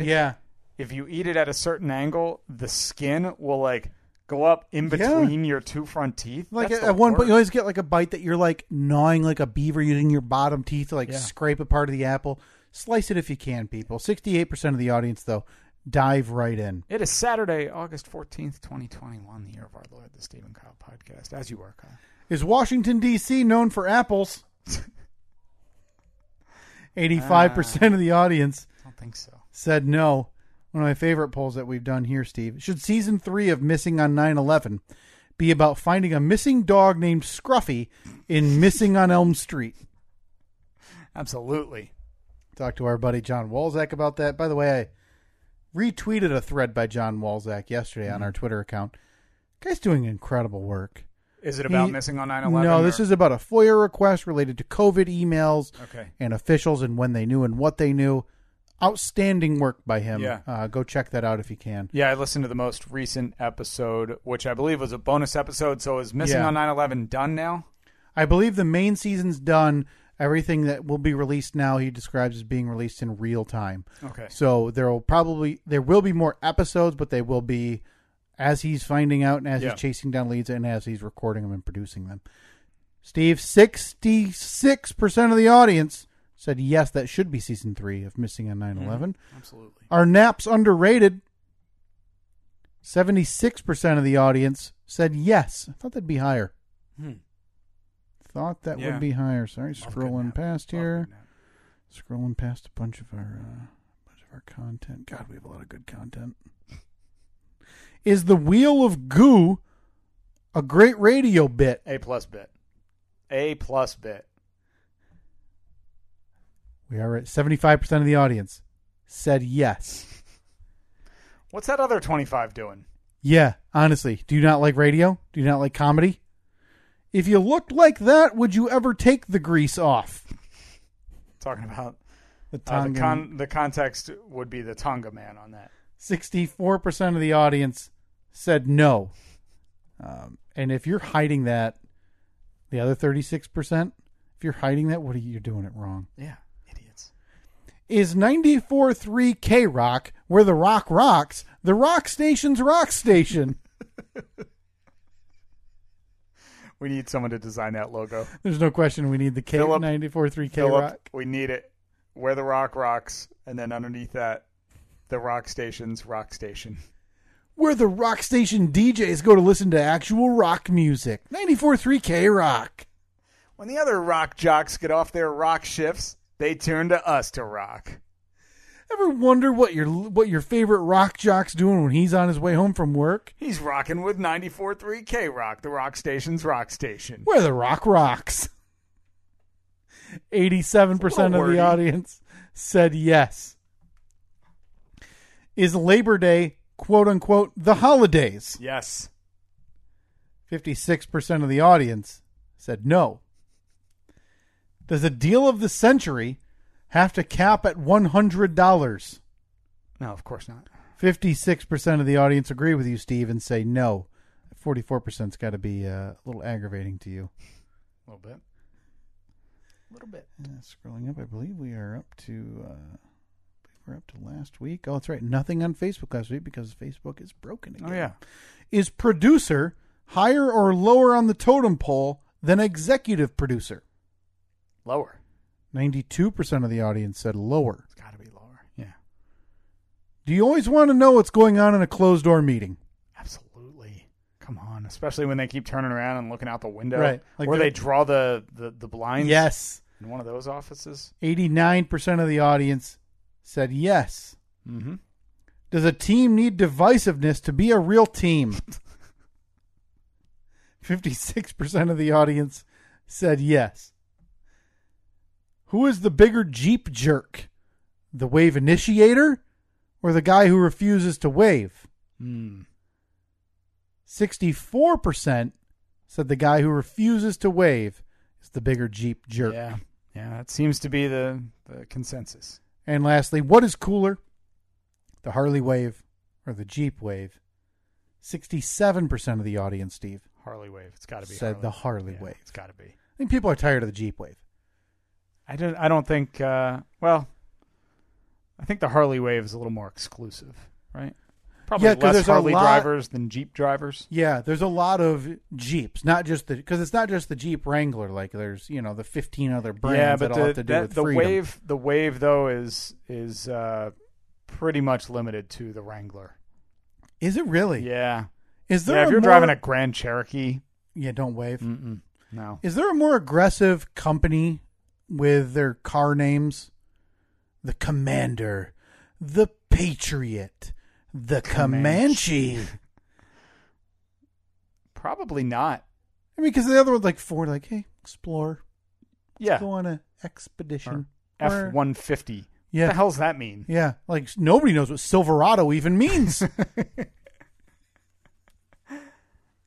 yeah, if you eat it at a certain angle, the skin will like go up in between your two front teeth. like That's at, the at one point you worst. always get like a bite that you're like gnawing like a beaver using your bottom teeth to like Yeah. scrape a part of the apple. Slice it if you can, people. Sixty-eight percent of the audience though dive right in. It is Saturday, August 14th, 2021, the year of our Lord, the Stephen Kyle podcast. As you are, Kyle. Is Washington D.C. known for apples? Eighty-five percent of the audience I don't think so. said no. One of my favorite polls that we've done here, Steve. Should season three of Missing on 9 11 be about finding a missing dog named Scruffy in Missing on Elm Street? Absolutely. Talk to our buddy John Walzak about that. By the way, I retweeted a thread by John Walzak yesterday on our Twitter account. Guy's doing incredible work. Is it about He- missing on 9 11? No, this is about a FOIA request related to COVID emails Okay. and officials and when they knew and what they knew. Outstanding work by him. Yeah. Uh, go check that out if you can. Yeah, I listened to the most recent episode, which I believe was a bonus episode. So is missing Yeah. on 9 11 done now? I believe the main season's done. Everything that will be released now, he describes as being released in real time. Okay. So there will probably there will be more episodes, but they will be as he's finding out and as Yeah. he's chasing down leads and as he's recording them and producing them. Steve, sixty six percent of the audience said yes, that should be season three of Missing on 9 11. Mm-hmm. Absolutely. Are naps underrated? Seventy six percent of the audience said yes. I thought that'd be higher. Hmm. Thought that Yeah. would be higher. Sorry, Love good scrolling nap. past Love here. good nap. Scrolling past a bunch of our uh, bunch of our content. God, we have a lot of good content. Is the wheel of goo a great radio bit? A plus bit. A plus bit. We are at seventy five percent of the audience said yes. What's that other 25 doing? Yeah, honestly, do you not like radio? Do you not like comedy? If you looked like that, would you ever take the grease off? Talking about The uh, the, Tongan- con- the context would be the Tonga man on that. 64% of the audience said no. Um, and if you're hiding that, the other 36%, if you're hiding that, what are you you're doing it wrong? Yeah, idiots. Is 94.3 K Rock, where the rock rocks, the rock station's rock station? We need someone to design that logo. There's no question we need the K Philip- 94.3 K Philip, Rock. we need it. Where the rock rocks, and then underneath that, the rock station's rock station. Where the rock station DJs go to listen to actual rock music. 94.3 K Rock. When the other rock jocks get off their rock shifts, they turn to us to rock. Ever wonder what your what your favorite rock jock's doing when he's on his way home from work? He's rocking with 94.3 K Rock, the rock station's rock station. Where the rock rocks. 87% of It's a little wordy. the audience said yes. Is Labor Day, quote unquote, the holidays? Yes. 56% of the audience said no. Does a deal of the century have to cap at $100? No, of course not. 56% of the audience agree with you, Steve, and say no. 44%'s got to be uh, a little aggravating to you. A little bit. A little bit. Uh, scrolling up, I believe we are up to uh, I believe we're up to last week. Oh, that's right. Nothing on Facebook last week because Facebook is broken again. Oh, yeah. Is producer higher or lower on the totem pole than executive producer? Lower. Ninety-two percent of the audience said lower. It's got to be lower. Yeah. Do you always want to know what's going on in a closed door meeting? Absolutely. Come on, especially when they keep turning around and looking out the window, Right, like or they're- they draw the, the the blinds. Yes. in one of those offices. Eighty-nine percent of the audience said yes. Mm-hmm. Does a team need divisiveness to be a real team? 56% of the audience said yes. Who is the bigger Jeep jerk? The wave initiator or the guy who refuses to wave? Hmm. 64% said the guy who refuses to wave is the bigger Jeep jerk. Yeah, yeah, that seems to be the, the consensus. And lastly, what is cooler, the Harley wave or the Jeep wave? 67% of the audience, Steve, Harley wave. It's got to be said Harley. the Harley Yeah, wave. It's got to be. I think people are tired of the Jeep wave. I don't. I don't think. Uh, well, I think the Harley wave is a little more exclusive, right? Probably Yeah, 'cause less there's a Harley lot- drivers than Jeep drivers. Yeah, there's a lot of Jeeps, not just the because it's not just the Jeep Wrangler. Like there's you know the 15 other brands yeah, but that all the, have to do that- with the freedom. wave, the wave though is is uh, pretty much limited to the Wrangler. Is it really? Yeah, Is there? yeah. If a you're more- driving a Grand Cherokee, yeah, don't wave. mm-mm, no. Is there a more aggressive company with their car names? The Commander, the Patriot, the Comanche. Comanche. Probably not. I mean, because the other one's like Ford, like hey, explore, Yeah, go on an expedition. Or- F one fifty. What Yeah, the hell's that mean? yeah. Like nobody knows what Silverado even means.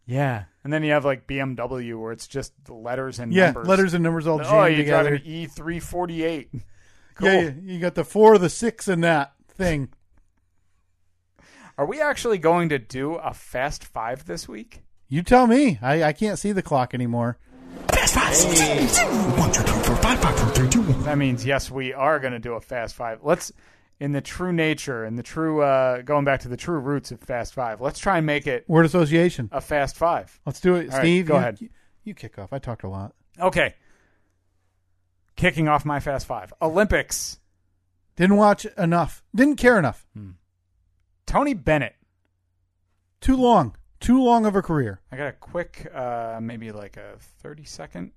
Yeah, and then you have like BMW where it's just the letters and yeah, numbers. letters and numbers all jammed oh, you're together. driving an E three forty eight. Yeah, you, you got the four, the six, and that thing. Are we actually going to do a Fast Five this week? You tell me. I, I can't see the clock anymore. Fast five. One, two, three, four, five, five, four, three, two, one. That means yes, we are going to do a Fast Five. Let's, in the true nature and the true, uh, going back to the true roots of Fast Five. Let's try and make it Word association. a Fast Five. Let's do it, Uh, All right, Steve. go you, ahead. You kick off. I talked a lot. Okay. Kicking off my Fast Five. Olympics. Didn't watch enough. Didn't care enough. Tony Bennett. Too long. Too long of a career. I got a quick, uh, maybe like a thirty second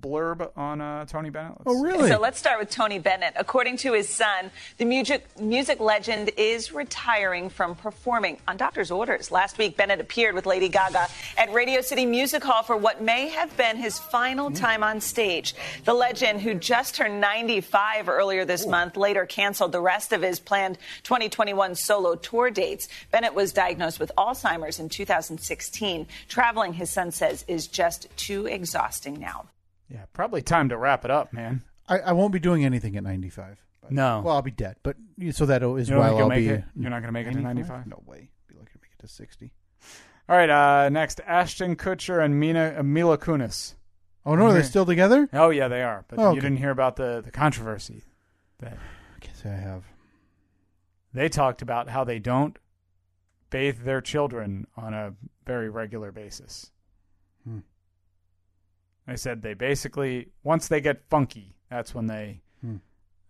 blurb on uh, Tony Bennett. Let's- Oh, really? So let's start with Tony Bennett. According to his son, the music, music legend is retiring from performing on doctor's orders. Last week, Bennett appeared with Lady Gaga at Radio City Music Hall for what may have been his final time on stage. The legend, who just turned 95 earlier this month, later canceled the rest of his planned 2021 solo tour dates. Bennett was diagnosed with Alzheimer's in 2016. Traveling, his son says, is just too exhausting now. Yeah, probably time to wrap it up, man. I, I won't be doing anything at 95. No. Well, I'll be dead, but so that is You don't why think you'll I'll make be. it? You're not going to make it to 95? No way. Be lucky to make it to 60. All right, uh, next, Ashton Kutcher and Mina, uh, Mila Kunis. Oh, no. Are they Okay. still together? Oh, yeah, they are. But Oh, you okay. didn't hear about the, the controversy. That I guess I have. they talked about how they don't bathe their children on a very regular basis. Hmm. They said they basically, once they get funky, that's when they Hmm.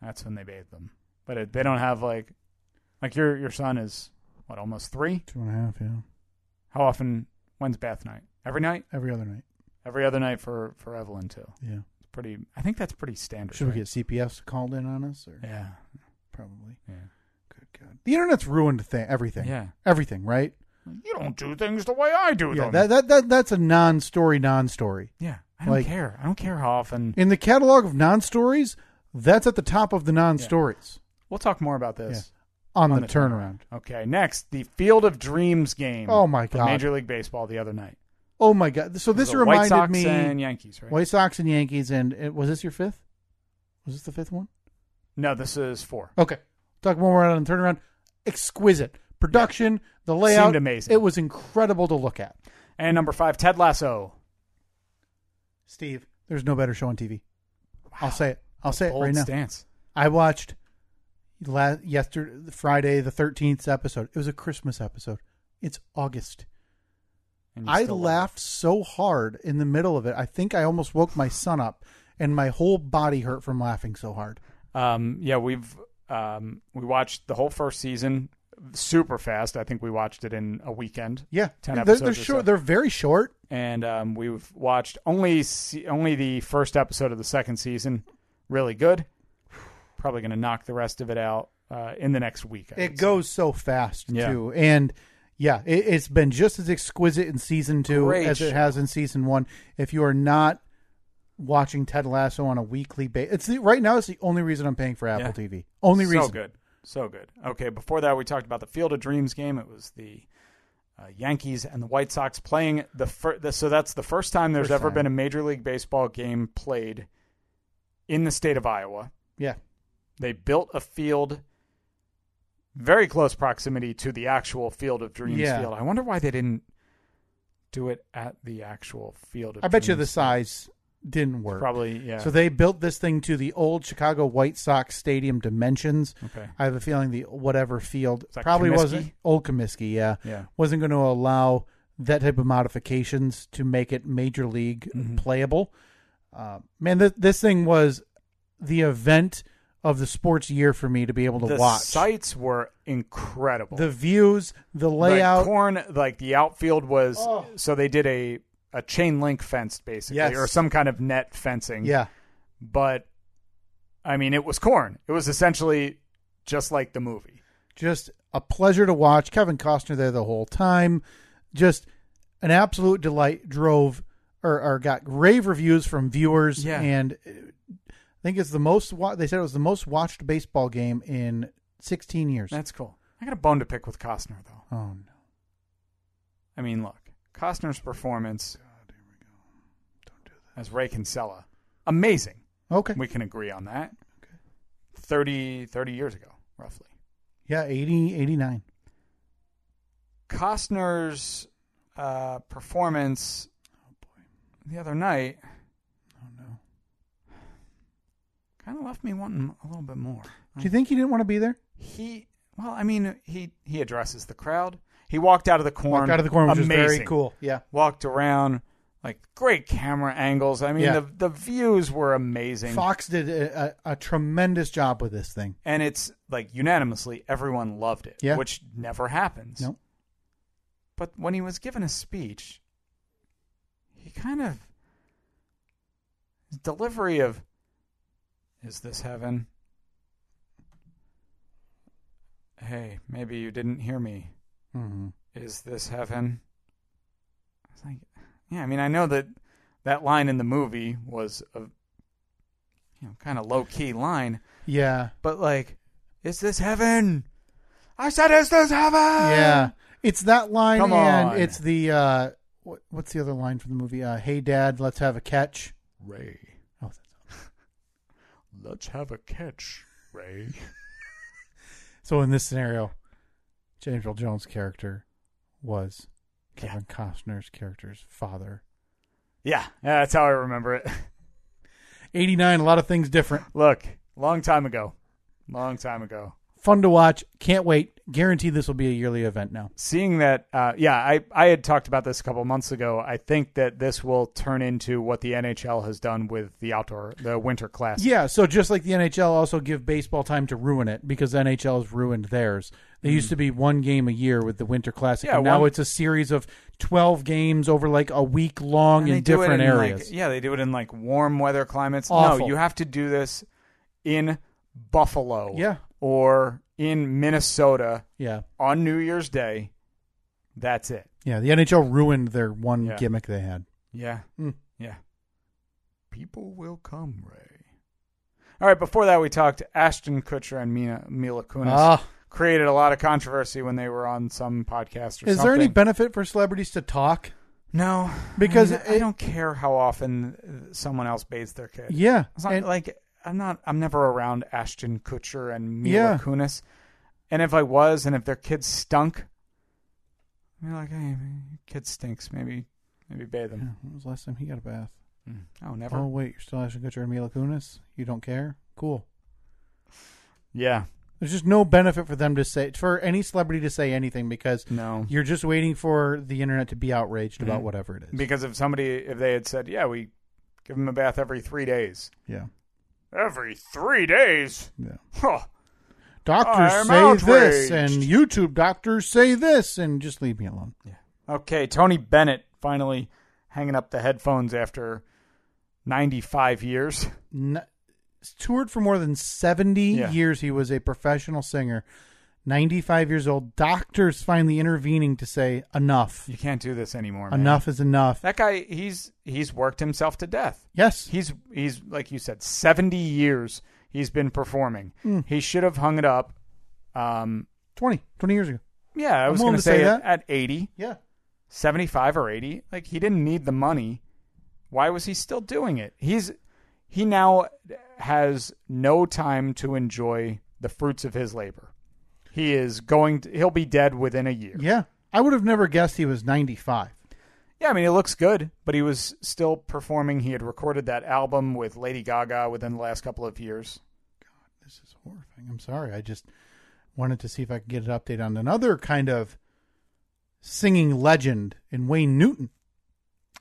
that's when they bathe them. But it, they don't have like, like your your son is, what, almost three? Two and a half, yeah. How often, when's bath night? Every night? Every other night. Every other night for, for Evelyn, too. Yeah. It's pretty, I think that's pretty standard. Should we right? get CPS called in on us? Or Yeah. probably. Yeah. Good God. The internet's ruined th- everything. Yeah. Everything, right? You don't do things the way I do Yeah. them. That, that that that's a non-story non-story. yeah. I don't like- care. I don't care how often. In the catalog of non-stories, that's at the top of the non-stories We'll talk more about this. on, the, turnaround. Okay. Next, the Field of Dreams game. Oh, my for God. Major League Baseball the other night. Oh my God. So this The reminded White Sox me and Yankees, right? White Sox and Yankees and it, was this your fifth? Was this the fifth one? No, this is four. Okay. Talk more about it on the turnaround. Exquisite production, the layout Seemed amazing. It was incredible to look at. And number five, Ted Lasso. Steve, there's no better show on TV. I'll say it. I'll say it Bold right now. stance. I watched la yesterday, Friday, the thirteenth episode. It was a Christmas episode. It's August. And you I still- laughed so hard in the middle of it. I think I almost woke my son up, and my whole body hurt from laughing so hard. Um, yeah, we've um, we watched the whole first season super fast. I think we watched it in a weekend. Yeah, ten they're, episodes. they're or so. short. They're very short. and um, we've watched only se- only the first episode of the second season. Really good. Probably going to knock the rest of it out. uh, in the next week. I It would say. goes so fast Yeah. too, and yeah, it, it's been just as exquisite in season two Great as it show. has in season one. If you are not watching Ted Lasso on a weekly basis, it's the, right now. It's the only reason I'm paying for Apple Yeah. TV. Only reason. So good. So good. Okay, before that, we talked about the Field of Dreams game. It was the uh, Yankees and the White Sox playing the first. So that's the first time there's First ever time. been a Major League Baseball game played in the state of Iowa. Yeah. They built a field very close proximity to the actual Field of Dreams Yeah. field. I wonder why they didn't do it at the actual Field of I bet you the Dreams. size didn't work. Probably, yeah. So they built this thing to the old Chicago White Sox stadium dimensions. Okay. I have a feeling the whatever field Is that probably Comiskey? wasn't old Comiskey, yeah, Yeah. wasn't going to allow that type of modifications to make it major league Mm-hmm. playable. Uh, man, th- this thing was the event of the sports year for me to be able to the watch. sites were incredible. the views, the Like, layout, Oh. corn like the outfield was so they did a a chain link fence basically Yes. or some kind of net fencing yeah, but i mean it was corn it was essentially just like the movie just a pleasure to watch. Kevin Costner there the whole time. Just an absolute delight. Drove or, or got rave reviews from viewers. Yeah. And uh, I think it's the most, wa- they said it was the most watched baseball game in 16 years. that's cool i got a bone to pick with costner though oh, no. i mean look costner's performance as ray kinsella amazing Okay. we can agree on that 30 30 years ago roughly Yeah, 80, 89. Costner's uh, performance Oh, the other night kind of left me wanting a little bit more. Do you think he didn't want to be there? He, well, I mean, he he addresses the crowd. He walked out of the corn. Walked out of the corner, which Amazing. was very cool. Yeah. Walked around, like great camera angles. I mean, Yeah. the the views were amazing, Fox did a, a, a tremendous job with this thing. and it's like unanimously everyone loved it, Yeah. which never happens. No. But when he was given a speech, he kind of his delivery of is this heaven? Hey, maybe you didn't hear me. Mm-hmm. Is this heaven? I was like, yeah, I mean, I know that that line in the movie was a you know, kind of low key line, Yeah. but like, is this heaven? I said, is this heaven? Yeah, it's that line, Come and on. it's the uh, what, what's the other line from the movie? Uh, hey, Dad, let's have a catch. Ray, Oh, that's- let's have a catch, Ray. so in this scenario, James Earl Jones' character was Kevin Costner's character's father. Yeah, yeah, that's how I remember it. Eighty nine, a lot of things different. Look, long time ago, long time ago. Fun to watch. Can't wait. Guaranteed this will be a yearly event now. Seeing that, uh, yeah, I I had talked about this a couple months ago. I think that this will turn into what the NHL has done with the outdoor, the winter class. Yeah, so just like the NHL also give baseball time to ruin it because NHL has ruined theirs. They used to be one game a year with the Winter Classic, Mm. Yeah, and now one- it's a series of 12 games over like a week long And they in do it different in, like- areas. yeah, they do it in like warm weather climates. No, Awful. you have to do this in Buffalo. Yeah. or in Minnesota yeah. on New Year's Day. That's it. Yeah, the NHL ruined their one Yeah. Hmm. gimmick they had. Yeah. Mm. Yeah. People will come, Ray. All right, before that, we talked Ashton Kutcher and Mina, Mila Kunis. Ah. Created a lot of controversy when they were on some podcast or something. Is there any benefit for celebrities to talk? No. Because I, mean, I it- don't care how often someone else bathes their kid. Yeah. It's not and- like I'm not. I'm never around Ashton Kutcher and Mila Yeah. Kunis. And if I was, and if their kids stunk, I'd be like, "Hey, man, your kid stinks. Maybe, maybe bathe Yeah, them." when was the last time he got a bath? Oh, never. Oh, wait, you're still Ashton Kutcher and Mila Kunis? You don't care? Cool. Yeah. There's just no benefit for them to say, for any celebrity to say anything because No. You're just waiting for the internet to be outraged about Mhm. whatever it is. Because if somebody, if they had said, "Yeah, we give them a bath every three days," yeah. every three days, Yeah. huh? Doctors I'm say this outraged. and YouTube doctors say this and just leave me alone. Okay, Tony Bennett finally hanging up the headphones after 95 years. N- toured for more than 70 Yeah. years. He was a professional singer. 95 years old. Doctors finally intervening to say enough. You can't do this anymore. man. Enough is enough. That guy, he's he's worked himself to death. yes. He's he's like you said, seventy years he's been performing. Hmm. He should have hung it up. Um, 20, 20 years ago. yeah, I I'm was willing going to to say say, that. at, at 80, Yeah. 75 or eighty. Like he didn't need the money. Why was he still doing it? He's he now has no time to enjoy the fruits of his labor. He is going. To, he'll be dead within a year. Yeah. I would have never guessed he was 95. Yeah, I mean, it looks good, but he was still performing. He had recorded that album with Lady Gaga within the last couple of years. This is horrifying. I'm sorry. I just wanted to see if I could get an update on another kind of singing legend in Wayne Newton.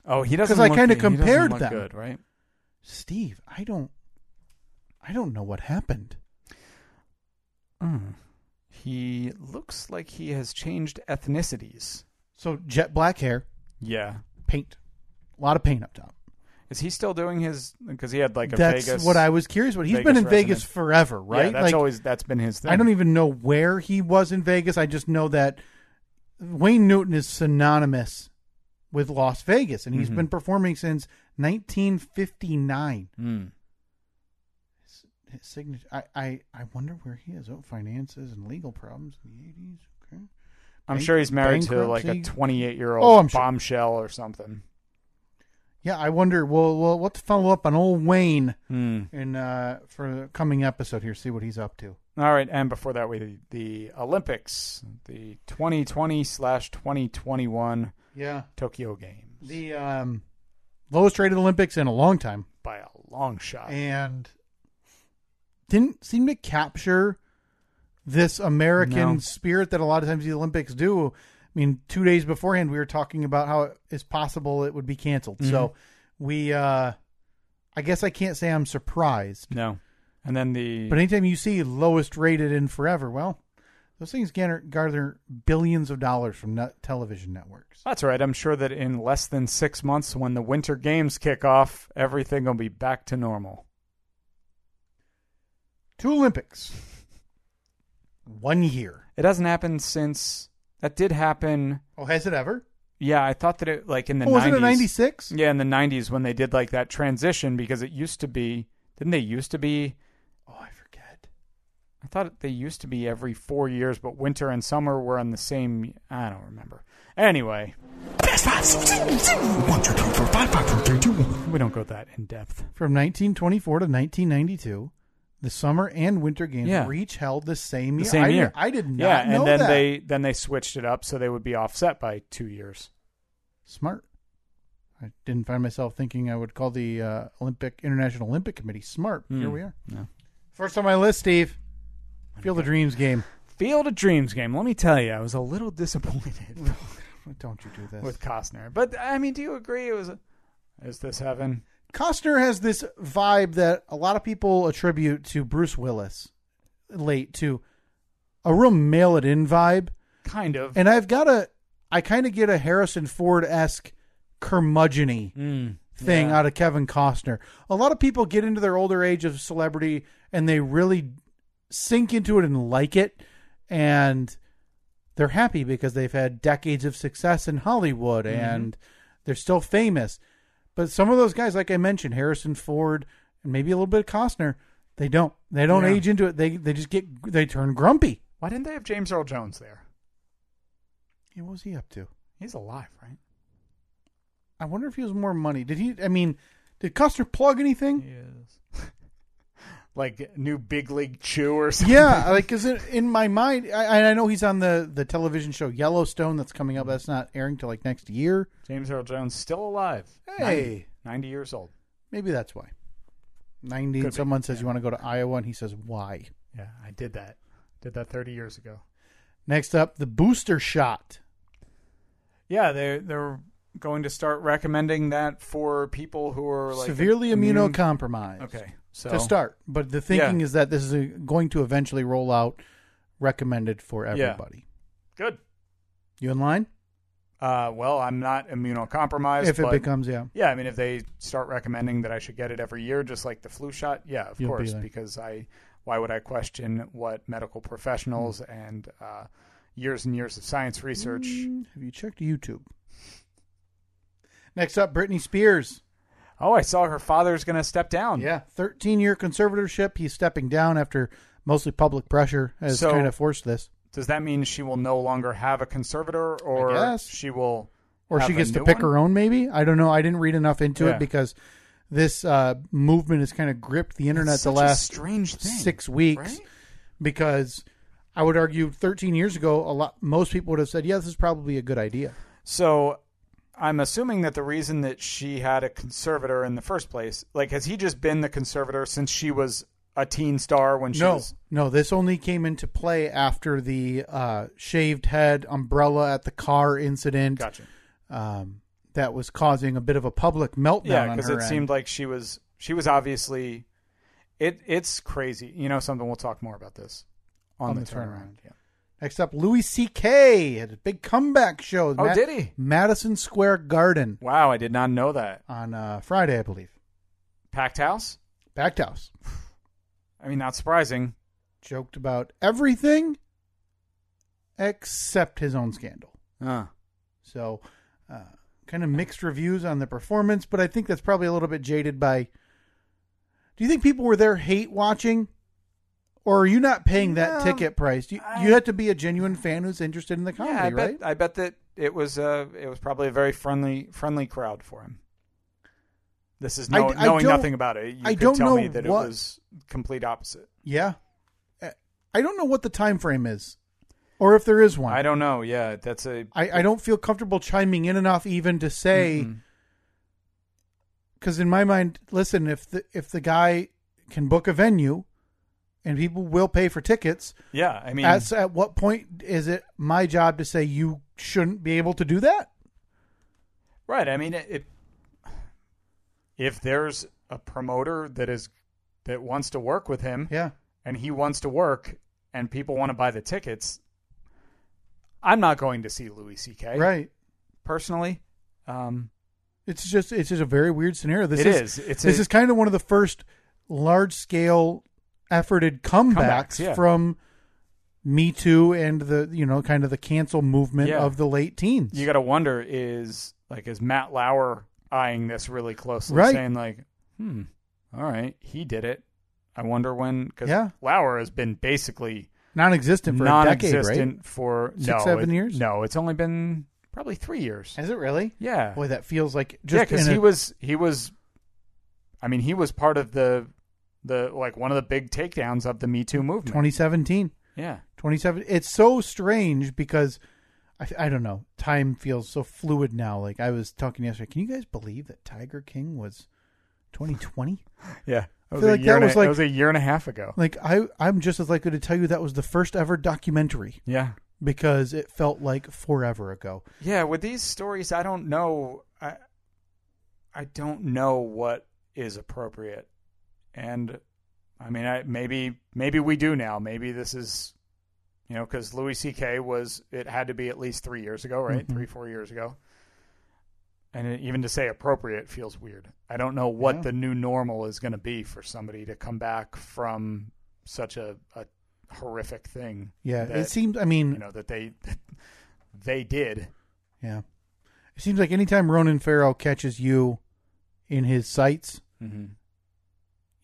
Oh, he 'Cause I look- kinda he doesn't compared look them. Good, right? Steve, I don't I don't know what happened. Mm. He looks like he has changed ethnicities. So jet black hair, Yeah, paint. A lot of paint up top. is he still doing his? Because he had like a that's Vegas. what I was curious about. He's Vegas been in resident. Vegas forever, right? Yeah, that's like always that's been his thing. I don't even know where he was in Vegas. I just know that Wayne Newton is synonymous with Las Vegas, and he's Mhm. been performing since 1959. Mm. His, his signature. I, I I wonder where he is. Oh, finances and legal problems in the 80s. Okay. I'm Bank- sure he's married to like a bankruptcy. 28 year Oh, old I'm sure. bombshell or something. Yeah, I wonder. Well, well, we'll have to follow up on old Wayne Mm. in uh, for the coming episode here. See what he's up to. All right, and before that, we the, the Olympics, the 2020 slash 2021 Yeah, Tokyo Games the um, lowest rated Olympics in a long time. by a long shot. and didn't seem to capture this American No. spirit that a lot of times the Olympics do. I mean, two days beforehand, we were talking about how it's possible it would be canceled. So Mm-hmm. we, uh, I guess I can't say I'm surprised, no, and then the but anytime you see lowest rated in forever, well, those things gather, garner billions of dollars from net television networks. that's all right. I'm sure that in less than six months, when the Winter Games kick off, everything will be back to normal. Two Olympics, one year. It hasn't happened since that did happen. Oh, has it ever? Yeah, I thought that it like in the oh, was 90s. it a '96? Yeah, in the 90s when they did like that transition because it used to be didn't they used to be Oh, I forget. I thought they used to be every four years, but winter and summer were on the same. I don't remember. Anyway, Fast five, six, seven, six. One, two, three, four, five, five, four, three, two, one. we don't go that in depth. From 1924 to 1992, the summer and winter games Yeah. were each held the same The year. same I, year. I did not yeah, know and then that. they then they switched it up so they would be offset by two years. smart. I didn't find myself thinking I would call the uh, Olympic International Olympic Committee smart. Here Hmm. we are. No. First on my list, Steve. Field of Dreams game. Field of Dreams game. Let me tell you, I was a little disappointed Don't you do this. with Costner, but I mean, do you agree? It was. Is this heaven? Costner has this vibe that a lot of people attribute to Bruce Willis late to a real mail it in vibe. Kind of. And I've got a, I kind of get a Harrison Ford esque curmudgeon Mm, thing yeah. out of Kevin Costner. A lot of people get into their older age of celebrity and they really sink into it and like it. And they're happy because they've had decades of success in Hollywood and they're still famous. But some of those guys, like I mentioned, Harrison Ford and maybe a little bit of Costner, they don't. They don't Yeah. age into it. They they just get they turn grumpy. Why didn't they have James Earl Jones there? Yeah, what was he up to? He's alive, right? I wonder if he was more money. Did he? I mean, did Custer plug anything? is. like new big league chew or something. Yeah, like because in my mind, I, and I know he's on the the television show Yellowstone that's coming up. That's not airing till like next year. James Earl Jones still alive. Hey. 90, 90 years old. Maybe that's why. Ninety. Could and be, someone says you want to go to Iowa, and he says why. Yeah, I did that. Did that 30 years ago. Next up, the booster shot. Yeah, they they're going to start recommending that for people who are like Severely immune- immunocompromised. Okay. So To start, but the thinking Yeah. is that this is uh going to eventually roll out, recommended for Yeah. everybody. Good. You in line? uh, well, I'm not immunocompromised. If it but- becomes, yeah. Yeah, I mean, if they start recommending that I should get it every year, just like the flu shot, yeah, of You'll be course, there. because I, why would I question what medical professionals Mm. and uh, years and years of science research? Have you checked YouTube? Next up, Britney Spears. Oh, I saw her father's going to step down. Yeah, 13 year conservatorship. He's stepping down after mostly public pressure has So- kind of forced this. Does that mean she will no longer have a conservator, or guess. she will, Or have she a gets to new pick one? her own, maybe? I don't know. I didn't read enough into Yeah. it because this uh, movement has kind of gripped the internet It's the such a last strange thing, six weeks. right? Because I would argue 13 years ago, a lot most people would have said, yeah, this is probably a good idea. So I'm assuming that the reason that she had a conservator in the first place, like, has he just been the conservator since she was a teen star when she no, was? no. This only came into play after the uh, shaved head umbrella at the car incident Gotcha. um, that was causing a bit of a public meltdown. Yeah, because because it seemed like she was she was obviously it. It's crazy. You know something. We'll talk more about this on, On the, the turnaround. turnaround. Yeah. Next up, Louis C.K. had a big comeback show. Oh, did he? Madison Square Garden Wow, I did not know that. on uh, Friday, I believe. Packed house. Packed house. I mean, not surprising. Joked about everything except his own scandal. Uh, So, uh, kind of mixed reviews on the performance, but I think that's probably a little bit jaded by. Do you think people were there hate watching, or are you not paying that No, ticket price? You, I- you have to be a genuine fan who's interested in the comedy, yeah, I right? bet. I bet that it was uh it was probably a very friendly friendly crowd for him. This is I- no, I knowing don't- nothing about it. You I could don't tell know me that what- it was complete opposite. Yeah, Uh, I don't know what the time frame is, or if there is one. I don't know. Yeah, that's a I, I don't feel comfortable chiming in enough even to say Mm-mm. because in my mind, listen, if the if the guy can book a venue, and people will pay for tickets, yeah. I mean, As, at what point is it my job to say you shouldn't be able to do that? Right. I mean, it, it, if there's a promoter that is that wants to work with him Yeah. and he wants to work and people want to buy the tickets, I'm not going to see Louis C.K. Right. personally. Um, It's just it's just a very weird scenario. This It is, is. It's this a- is kind of one of the first large scale efforted comebacks, Comebacks, yeah. from Me Too and the you know kind of the cancel movement Yeah. of the late teens. you got to wonder is like is Matt Lauer eyeing this really closely, Right. saying like, hmm, all right, he did it. I wonder when because Yeah. Lauer has been basically non-existent for non-existent a decade, right? for Six, no, seven it- years? No, it's only been probably three years. Is it really? Yeah, Boy, that feels like yeah, just because in he a- was he was, I mean, he was part of the the like one of the big takedowns of the Me Too movement. 2017. Yeah, 27 it's so strange because I, I don't know time feels so fluid now like i was talking yesterday can you guys believe that tiger king was 2020 yeah. It was, feel a like year that and a- was like- it was a year and a half ago. like i i'm just as likely to tell you that was the first ever documentary Yeah, because it felt like forever ago yeah. With these stories, I don't know. I I don't know what is appropriate, and I mean, I maybe maybe we do now. Maybe this is. You know, because Louis C.K. was it had to be at least three years ago, right? Mhm. Three, four years ago. and it- even to say appropriate feels weird. I don't know what Yeah. the new normal is going to be for somebody to come back from such a, a horrific thing. yeah that, it seems i mean you know that they they did. yeah it seems like anytime ronan farrow catches you in his sights Mm-hmm.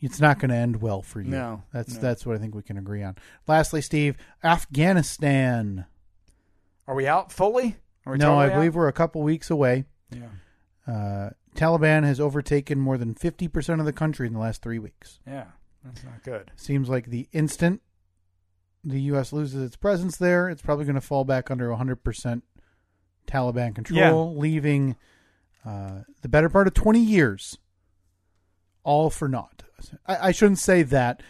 it's not going to end well for you No, that's no. that's what i think we can agree on lastly steve afghanistan Are we out fully? Are we no i totally out? believe we're a couple weeks away Yeah, Uh, Taliban has overtaken more than 50% of the country in the last three weeks. yeah, that's not good. Seems like the instant the U.S. loses its presence there, it's probably going to fall back under 100% Taliban control, leaving uh, the better part of 20 years all for naught. I, I shouldn't say that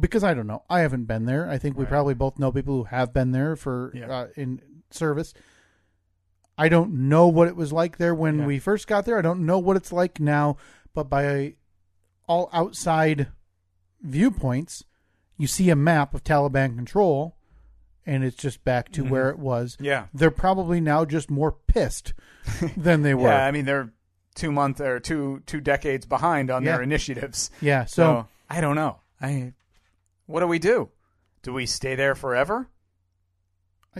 because I don't know. I haven't been there. I think we Right. probably both know people who have been there for Yeah. uh, in service. I don't know what it was like there when Yeah. we first got there. I don't know what it's like now, but by all outside viewpoints, you see a map of Taliban control and it's just back Mm-hmm. to where it was. Yeah. They're probably now just more pissed than they were. Yeah, I mean they're two month or two two decades behind on their Yeah. initiatives. Yeah, So, so, I don't know. I what do we do? Do we stay there forever?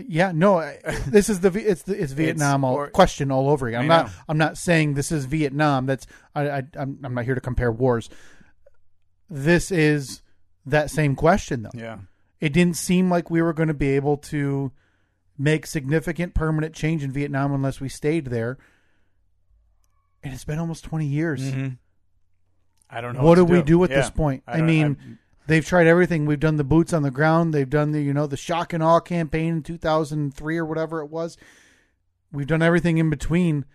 yeah, no, I- this is the V- it's the it's Vietnam all, or- question all over again. I'm I not know. I'm not saying this is Vietnam. That's I, I I'm I'm not here to compare wars. This is that same question though. Yeah. it didn't seem like we were going to be able to make significant permanent change in Vietnam unless we stayed there. And it's been almost 20 years. Mm-hmm. I don't know. Mm-hmm. What, do to we do at Yeah. this point? I, don't- mean, they've tried everything. We've done the boots on the ground. They've done the, you know, the shock and awe campaign in 2003 or whatever it was. We've done everything in between.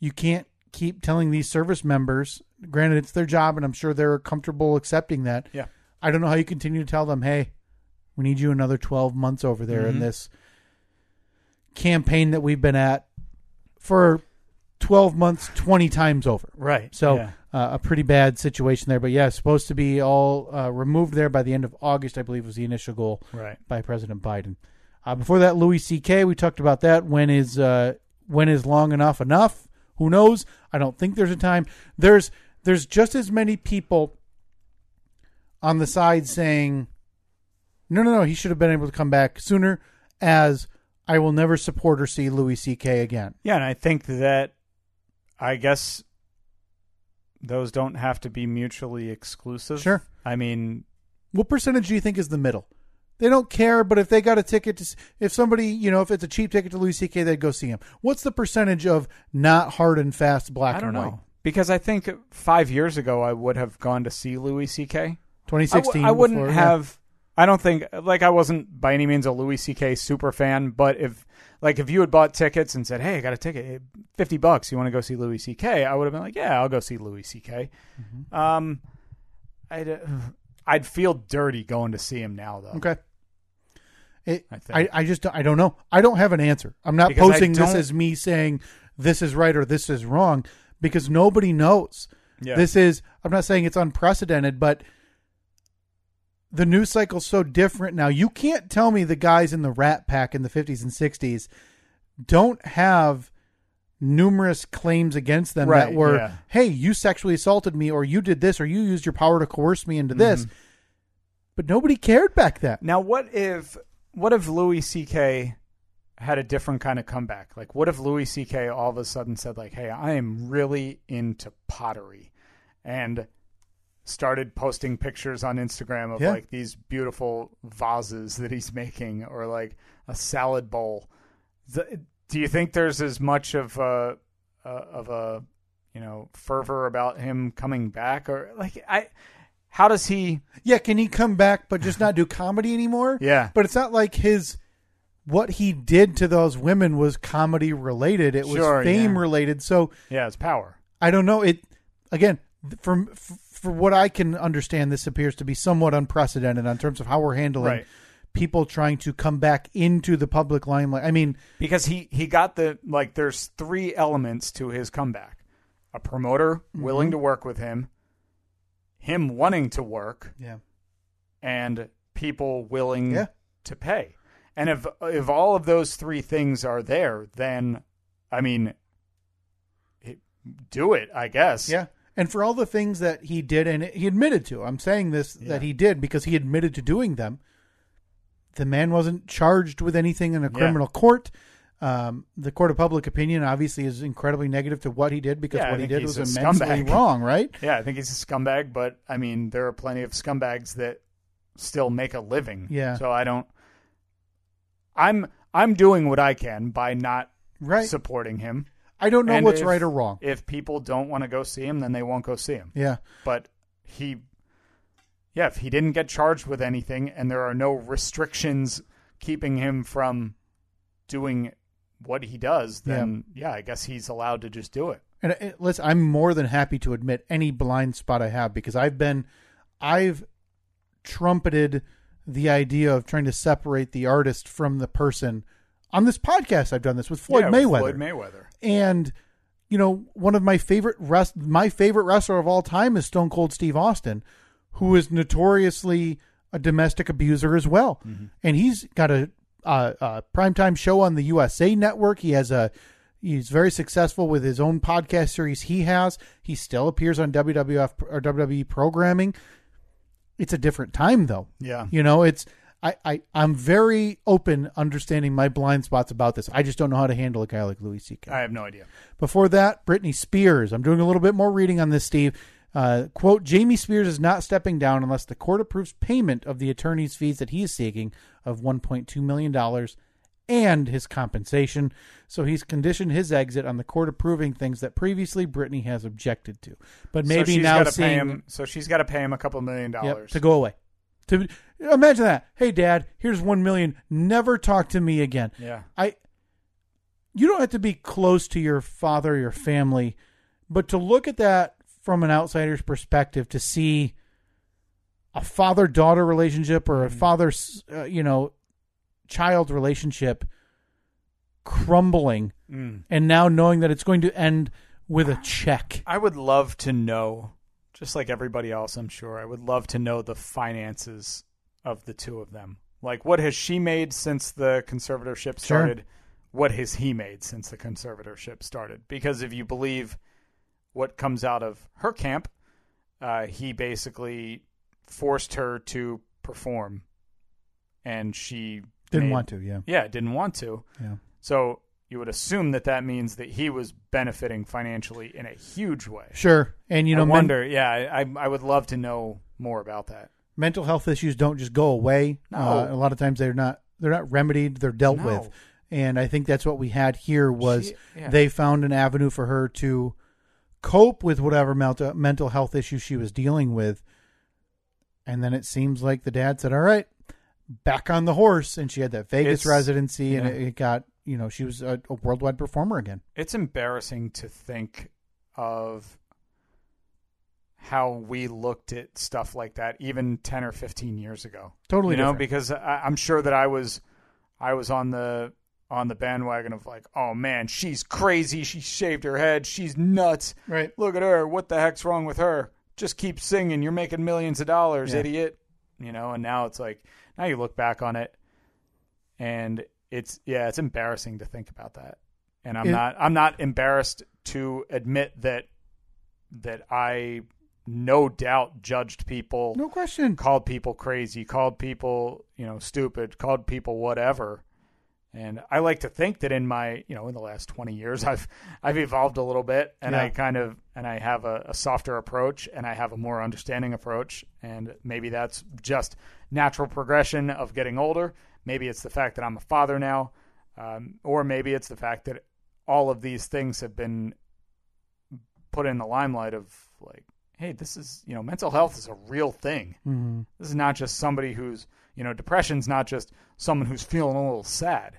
You can't keep telling these service members, granted it's their job and I'm sure they're comfortable accepting that. yeah. I don't know how you continue to tell them, hey, we need you another 12 months over there in this campaign that we've been at for 12 months, 20 times over. Right. So yeah. uh, a pretty bad situation there. But yeah, supposed to be all uh, removed there by the end of August, I believe was the initial goal right. by President Biden. Uh, before that, Louis C.K. We talked about that. When is uh, when is long enough enough? Who knows? I don't think there's a time. There's there's just as many people on the side saying, no, no, no, he should have been able to come back sooner. As I will never support or see Louis C.K. again. Yeah, and I think that I guess those don't have to be mutually exclusive. Sure. I mean, What percentage do you think is the middle? They don't care, but if they got a ticket to, s- if somebody, you know, if it's a cheap ticket to Louis C.K., they'd go see him. What's the percentage of not hard and fast black I don't and white? know. Because I think five years ago, I would have gone to see Louis C.K. 2016. I, w- I wouldn't before- yeah. have. I don't think like I wasn't by any means a Louis C.K. super fan, but if like if you had bought tickets and said, "Hey, I got a ticket, eh, fifty bucks. You want to go see Louis C.K.?" I would have been like, "Yeah, I'll go see Louis C.K." Mm-hmm. Um, I'd uh, I'd feel dirty going to see him now, though. Okay. It, I I, think. I, just I don't know. I don't have an answer. I'm not Because I posting this don't- as me saying this is right or this is wrong because nobody knows. Yeah. This is I'm not saying it's unprecedented, but the news cycle's so different now. You can't tell me the guys in the Rat Pack in the 50s and 60s don't have numerous claims against them that Right, were yeah. hey you sexually assaulted me or you did this or you used your power to coerce me into Mm-hmm. this but nobody cared back then Now, what if what if Louis C.K. had a different kind of comeback? Like, what if Louis C.K. all of a sudden said, like, "Hey, I am really into pottery," and started posting pictures on Instagram of Yeah. like these beautiful vases that he's making, or like a salad bowl. The, do you think there's as much of a, a of a you know fervor about him coming back, or like I? How does he? Yeah, can he come back but just not do comedy anymore? Yeah. But it's not like his what he did to those women was comedy related. It was Sure, fame yeah. related. So Yeah, his power. I don't know. It again th- from f- for what I can understand, this appears to be somewhat unprecedented in terms of how we're handling Right. people trying to come back into the public limelight. I mean, because he he got the like there's three elements to his comeback a promoter Mm-hmm. willing to work with him him wanting to work yeah, and people willing Yeah. to pay and if if all of those three things are there then i mean it- do it i guess yeah. And for all the things that he did, and he admitted to, I'm saying this that he did because he admitted to doing them. the man wasn't charged with anything in a Yeah. criminal court. Um, the court of public opinion obviously is incredibly negative to what he did because Yeah, I what he think did he's was a immensely scumbag. wrong, right? yeah i think he's a scumbag but i mean there are plenty of scumbags that still make a living Yeah. so i don't i'm i'm doing what i can by not Right. supporting him I don't know And what's if- right or wrong. If people don't want to go see him, then they won't go see him. yeah. But he, yeah, if he didn't get charged with anything and there are no restrictions keeping him from doing what he does, then yeah, I guess he's allowed to just do it. And uh, listen, I'm more than happy to admit any blind spot I have because I've been, I've trumpeted the idea of trying to separate the artist from the person. On this podcast, I've done this with Floyd Yeah, with Mayweather. Floyd Mayweather. and you know one of my favorite rest my favorite wrestler of all time is Stone Cold Steve Austin, who is notoriously a domestic abuser as well, and he's got a uh, uh, primetime show on the USA Network. He has a he's very successful with his own podcast series. He has he still appears on WWF or WWE programming. It's a different time though. Yeah. you know it's. I, I, I'm very open understanding my blind spots about this. I just don't know how to handle a guy like Louis C.K. I have no idea. Before that, Britney Spears. I'm doing a little bit more reading on this, Steve. Uh, quote, Jamie Spears is not stepping down unless the court approves payment of the attorney's fees that he is seeking of $1.2 million and his compensation. So he's conditioned his exit on the court approving things that previously Britney has objected to. But so maybe she's now gotta seeing pay him. So she's got to pay him a couple million yep, dollars. to go away. To imagine that. Hey, Dad, here's one million. Never talk to me again. Yeah. I. You don't have to be close to your father, or your family, but to look at that from an outsider's perspective, to see a father-daughter relationship or a father, uh, you know, child relationship crumbling, Mm. and now knowing that it's going to end with a check. I would love to know, just like everybody else, I'm sure, I would love to know the finances of the two of them. Like, what has she made since the conservatorship started? What has he made since the conservatorship started? Because if you believe what comes out of her camp, uh, he basically forced her to perform, and she Didn't made- want to, yeah, Yeah, didn't want to. yeah. So you would assume that that means that he was benefiting financially in a huge way. Sure, and you know, I men- wonder. yeah, I, I I would love to know more about that. mental health issues don't just go away. No. Uh, a lot of times they're not they're not remedied. They're dealt No. with, and I think that's what we had here was She- yeah. they found an avenue for her to cope with whatever mental mental health issue she was dealing with, and then it seems like the dad said, "All right, back on the horse," and she had that Vegas It's- residency, and yeah. it, it got you know she was a, a worldwide performer again. It's embarrassing to think of how we looked at stuff like that even 10 or 15 years ago. Totally You know, different. because I, I'm sure that I was I was on the on the bandwagon of like, "Oh man, she's crazy. She shaved her head. She's nuts." Right. look at her. What the heck's wrong with her? Just keep singing. You're making millions of dollars, Yeah. idiot. You know, and now it's like, now you look back on it and it's, yeah, it's embarrassing to think about that. And I'm It- not, I'm not embarrassed to admit that, that I no doubt judged people, No question. called people crazy, called people, you know, stupid, called people whatever. And I like to think that in my, you know, in the last 20 years, I've I've evolved a little bit, and I Yeah. kind of and I have a, a softer approach, and I have a more understanding approach, and maybe that's just natural progression of getting older. Maybe it's the fact that I'm a father now, um, or maybe it's the fact that all of these things have been put in the limelight of like, hey, this is you know, mental health is a real thing. hmm This is not just somebody who's you know depression's not just someone who's feeling a little sad.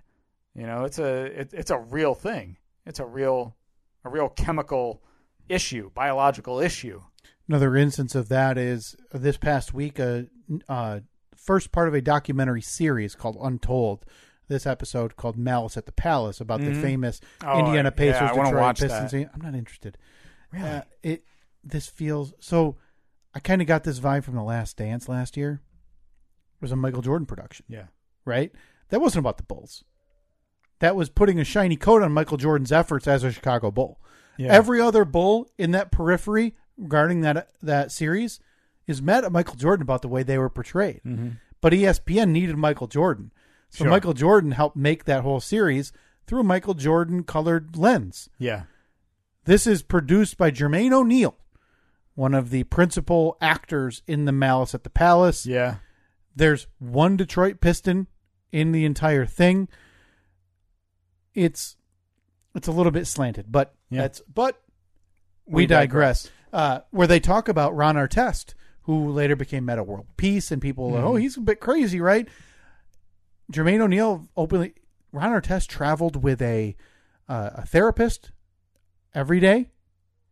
You know, it's a it, it's a real thing. It's a real a real chemical issue, biological issue. Another instance of that is this past week, a uh, first part of a documentary series called Untold. This episode called "Malice at the Palace" about the famous Oh, Indiana yeah, Pacers, I wanna Detroit watch that. Pistons. I'm not interested. Really, it this feels so. I kind of got this vibe from The Last Dance last year. It was a Michael Jordan production, Yeah. right? That wasn't about the Bulls. That was putting a shiny coat on Michael Jordan's efforts as a Chicago Bull. Yeah. Every other bull in that periphery regarding that that series is mad at Michael Jordan about the way they were portrayed. But E ESPN needed Michael Jordan. So Mm-hmm. Sure. Michael Jordan helped make that whole series through a Michael Jordan colored lens. Yeah. This is produced by Jermaine O'Neal, one of the principal actors in The Malice at the Palace. Yeah. There's one Detroit Piston in the entire thing. It's it's a little bit slanted, but Yeah. that's but we, digress. Uh, where they talk about Ron Artest, who later became Meta World Peace, and people, oh, he's a bit crazy, right? Jermaine O'Neal openly, Ron Artest traveled with a uh, a therapist every day,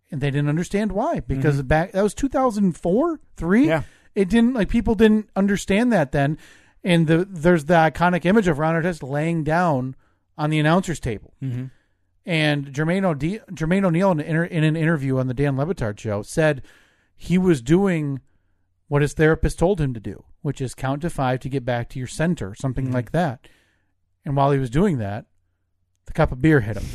and they didn't understand why because back that was two thousand four, three. Yeah. It didn't like people didn't understand that then, and the there's the iconic image of Ron Artest laying down on the announcer's table. Mm-hmm. And Jermaine, O'De- Jermaine O'Neal, in, an inter- in an interview on the Dan Levitard show, said he was doing what his therapist told him to do, which is count to five to get back to your center, something like that. And while he was doing that, the cup of beer hit him,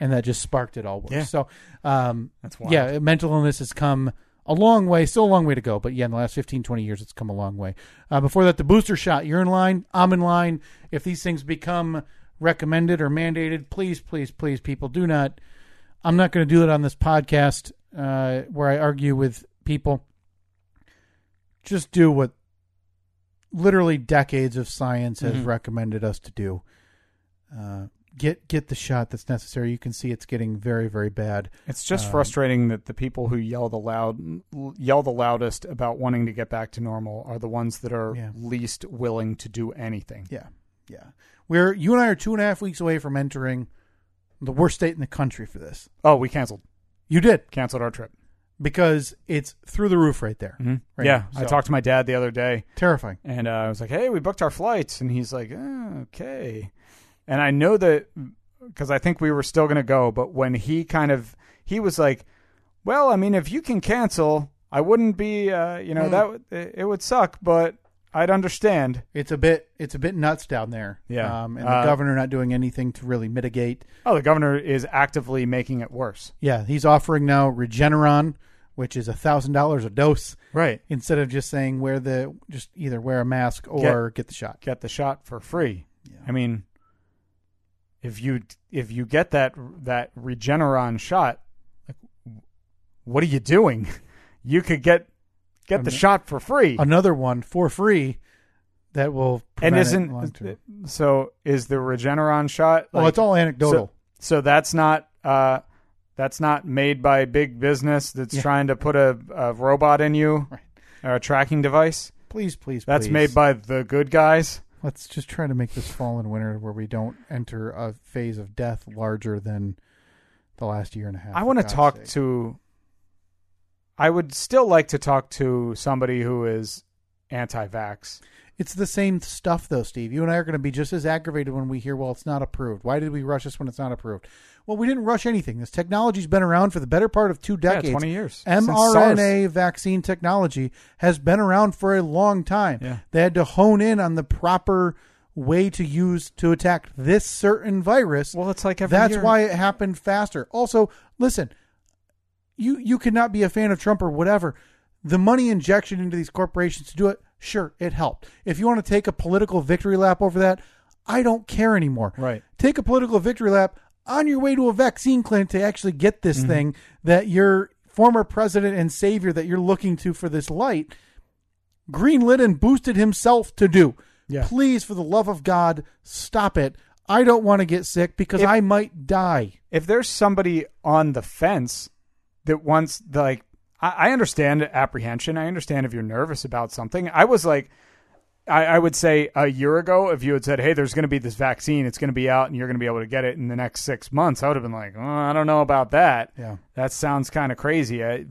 and that just sparked it all worse. Yeah. So, um, That's wild. yeah, mental illness has come a long way, still a long way to go, but yeah, in the last 15, 20 years, it's come a long way. Uh, before that, the booster shot, you're in line, I'm in line. If these things become recommended or mandated, please, please, please, people, do not. I'm not going to do it on this podcast uh, where I argue with people. Just do what literally decades of science Mm-hmm. has recommended us to do. Uh, get get the shot that's necessary. You can see it's getting very very bad. It's just Um, frustrating that the people who yell the loud yell the loudest about wanting to get back to normal are the ones that are Yeah. least willing to do anything. Yeah, yeah. We're you and I are two and a half weeks away from entering the worst state in the country for this. Oh, we canceled You did canceled our trip. because it's through the roof right there. Right Mm-hmm. yeah, now. I So, talked to my dad the other day, Terrifying. and uh, I was like, "Hey, we booked our flights," and he's like, "Eh, "Okay," and I know that because I think we were still going to go, but when he kind of he was like, "Well, I mean, if you can cancel, I wouldn't be, uh, you know, that w- it, it would suck, but I'd understand." It's a bit it's a bit nuts down there. Yeah. Um, and the Uh, governor not doing anything to really mitigate. Oh, the governor is actively making it worse. Yeah, he's offering now Regeneron, which is a thousand dollars a dose, Right. instead of just saying wear the just either wear a mask or get the shot. Get the shot for free. I mean, if you if you get that that Regeneron shot, like, what are you doing? You could get get the An- shot for free. Another one for free that will prevent and it isn't long-term. so is the Regeneron shot? well, Oh, like- it's all anecdotal. So, so that's not uh, that's not made by big business that's Yeah. trying to put a, a robot in you Right. or a tracking device. Please, please, That's please. made by the good guys. Let's just try to make this fall and winter where we don't enter a phase of death larger than the last year and a half. I for want to God's talk sake. to. I would still like to talk to somebody who is anti-vax. It's the same stuff, though, Steve. You and I are going to be just as aggravated when we hear, "Well, it's not approved." Why did we rush this when it's not approved? Well, we didn't rush anything. This technology's been around for the better part of two decades. 20 years. Since mRNA vaccine technology has been around for a long time. Yeah. They had to hone in on the proper way to use to attack this certain virus. Well, it's like every That's year. why it happened faster. Also, listen, you you cannot be a fan of Trump or whatever. The money injection into these corporations to do it, sure, it helped. If you want to take a political victory lap over that, I don't care anymore. Right. Take a political victory lap on your way to a vaccine clinic to actually get this Mm-hmm. thing that your former president and savior that you're looking to for this light greenlit and boosted himself to do. Yeah. Please, for the love of God, stop it. I don't want to get sick because If- I might die. If there's somebody on the fence that wants, the, like, I, I understand apprehension. I understand if you're nervous about something. I was like, I, I would say a year ago, if you had said, "Hey, there's going to be this vaccine, it's going to be out, and you're going to be able to get it in the next six months," I would have been like, oh, "I don't know about that. Yeah. that sounds kind of crazy. I,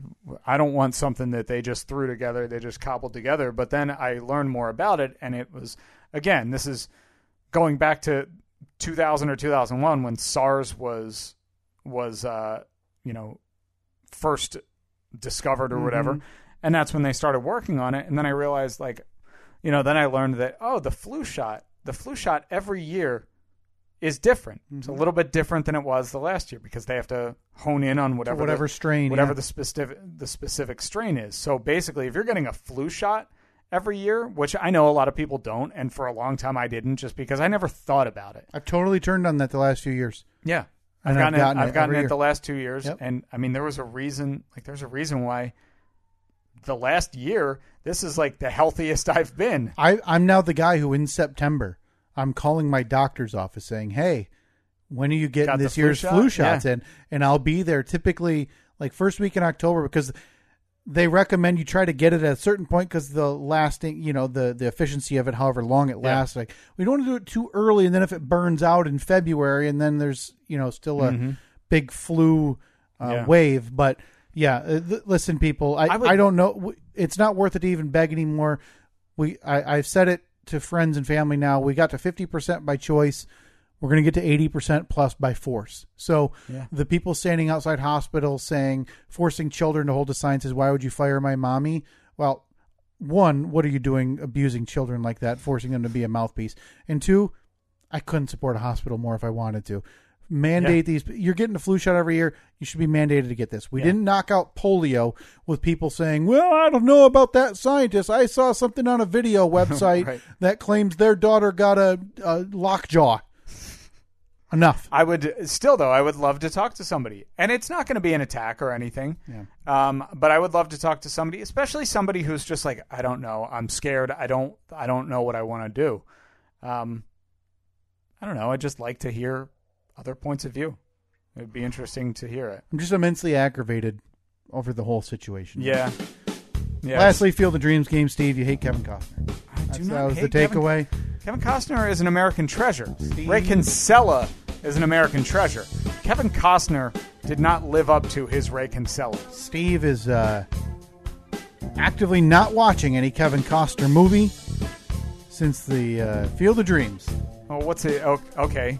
I don't want something that they just threw together, they just cobbled together." But then I learned more about it, and it was again, this is going back to 2000 or 2001 when SARS was was uh, you know first discovered or whatever, Mm-hmm. and that's when they started working on it. And then I realized like you know, then I learned that oh, the flu shot, the flu shot every year is different. It's a Mm-hmm. little bit different than it was the last year because they have to hone in on whatever whatever the, strain, whatever yeah. the specific the specific strain is. So basically, if you're getting a flu shot every year, which I know a lot of people don't, and for a long time I didn't, just because I never thought about it. I've totally turned on that the last few years. Yeah. I've And gotten, it, I've gotten every it year. the last two years. Yep. And I mean, there was a reason, like, there's a reason why the last year, this is like the healthiest I've been. I, I'm now the guy who in September I'm calling my doctor's office saying, "Hey, when are you getting Got the this flu year's shot? flu shots Yeah. in?" And I'll be there typically like first week in October because they recommend you try to get it at a certain point because the lasting, you know, the the efficiency of it, however long it lasts. Like we don't want to do it too early, and then if it burns out in February, and then there's you know still a big flu uh, Mm-hmm. Yeah. wave, but. Yeah, uh, th- listen, people. I, I, I would- don't know. w- It's not worth it to even beg anymore we I, I've said it to friends and family now. We got to fifty percent by choice. We're going to get to eighty percent plus by force. So the people standing outside hospitals saying forcing children to hold a sign says, "Why would you fire my mommy?" Well, one, what are you doing abusing children like that, forcing them to be a mouthpiece? And two, I couldn't support a hospital more if I wanted to. Mandate these. You're getting a flu shot every year. You should be mandated to get this. We didn't knock out polio with people saying, "Well, I don't know about that scientist. I saw something on a video website Right. that claims their daughter got a, a lockjaw." Enough. I would still though I would love to talk to somebody, and it's not going to be an attack or anything. Um, but I would love to talk to somebody, especially somebody who's just like I don't know, I'm scared, I don't, I don't know what I want to do. Um, I don't know. I just like to hear other points of view. It'd be interesting to hear it. I'm just immensely aggravated over the whole situation. Yeah. Yeah. Mm-hmm. Lastly, Field of Dreams game, Steve. You hate Kevin Costner. I do That's- not that was the hate Kevin- takeaway. Kevin Costner is an American treasure. Ray Kinsella is an American treasure. Kevin Costner did not live up to his Ray Kinsella. Steve is uh, actively not watching any Kevin Costner movie since the uh, Field of Dreams. Well, what's it? o- Okay.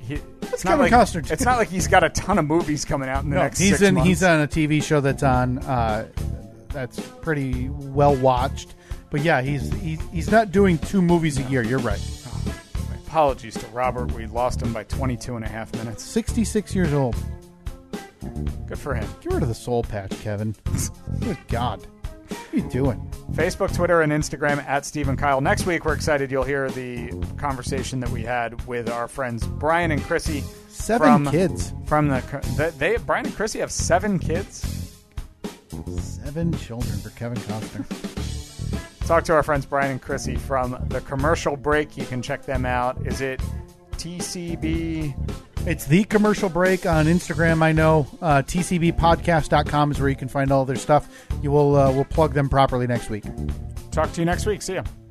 He, it's Kevin like, Costner do? It's not like he's got a ton of movies coming out in the next he's six in. months. He's on a TV show that's on. Uh, that's pretty well watched. But yeah, he's he's, he's not doing two movies a year. You're right. Apologies to Robert. We lost him by 22 and a half minutes. 66 years old. Good for him. Get rid of the soul patch, Kevin. Good God, what are you doing? Facebook, Twitter, and Instagram at Stephen Kyle. Next week, we're excited you'll hear the conversation that we had with our friends Brian and Chrissy. Seven from, kids, From the that they Brian and Chrissy have seven kids. seven children for Kevin Costner. Talk to our friends Brian and Chrissy from the commercial break. You can check them out. Is it TCB? It's the commercial break on Instagram. I know uh, tcbpodcast.com is where you can find all their stuff. You will uh, we'll plug them properly next week. Talk to you next week. See ya.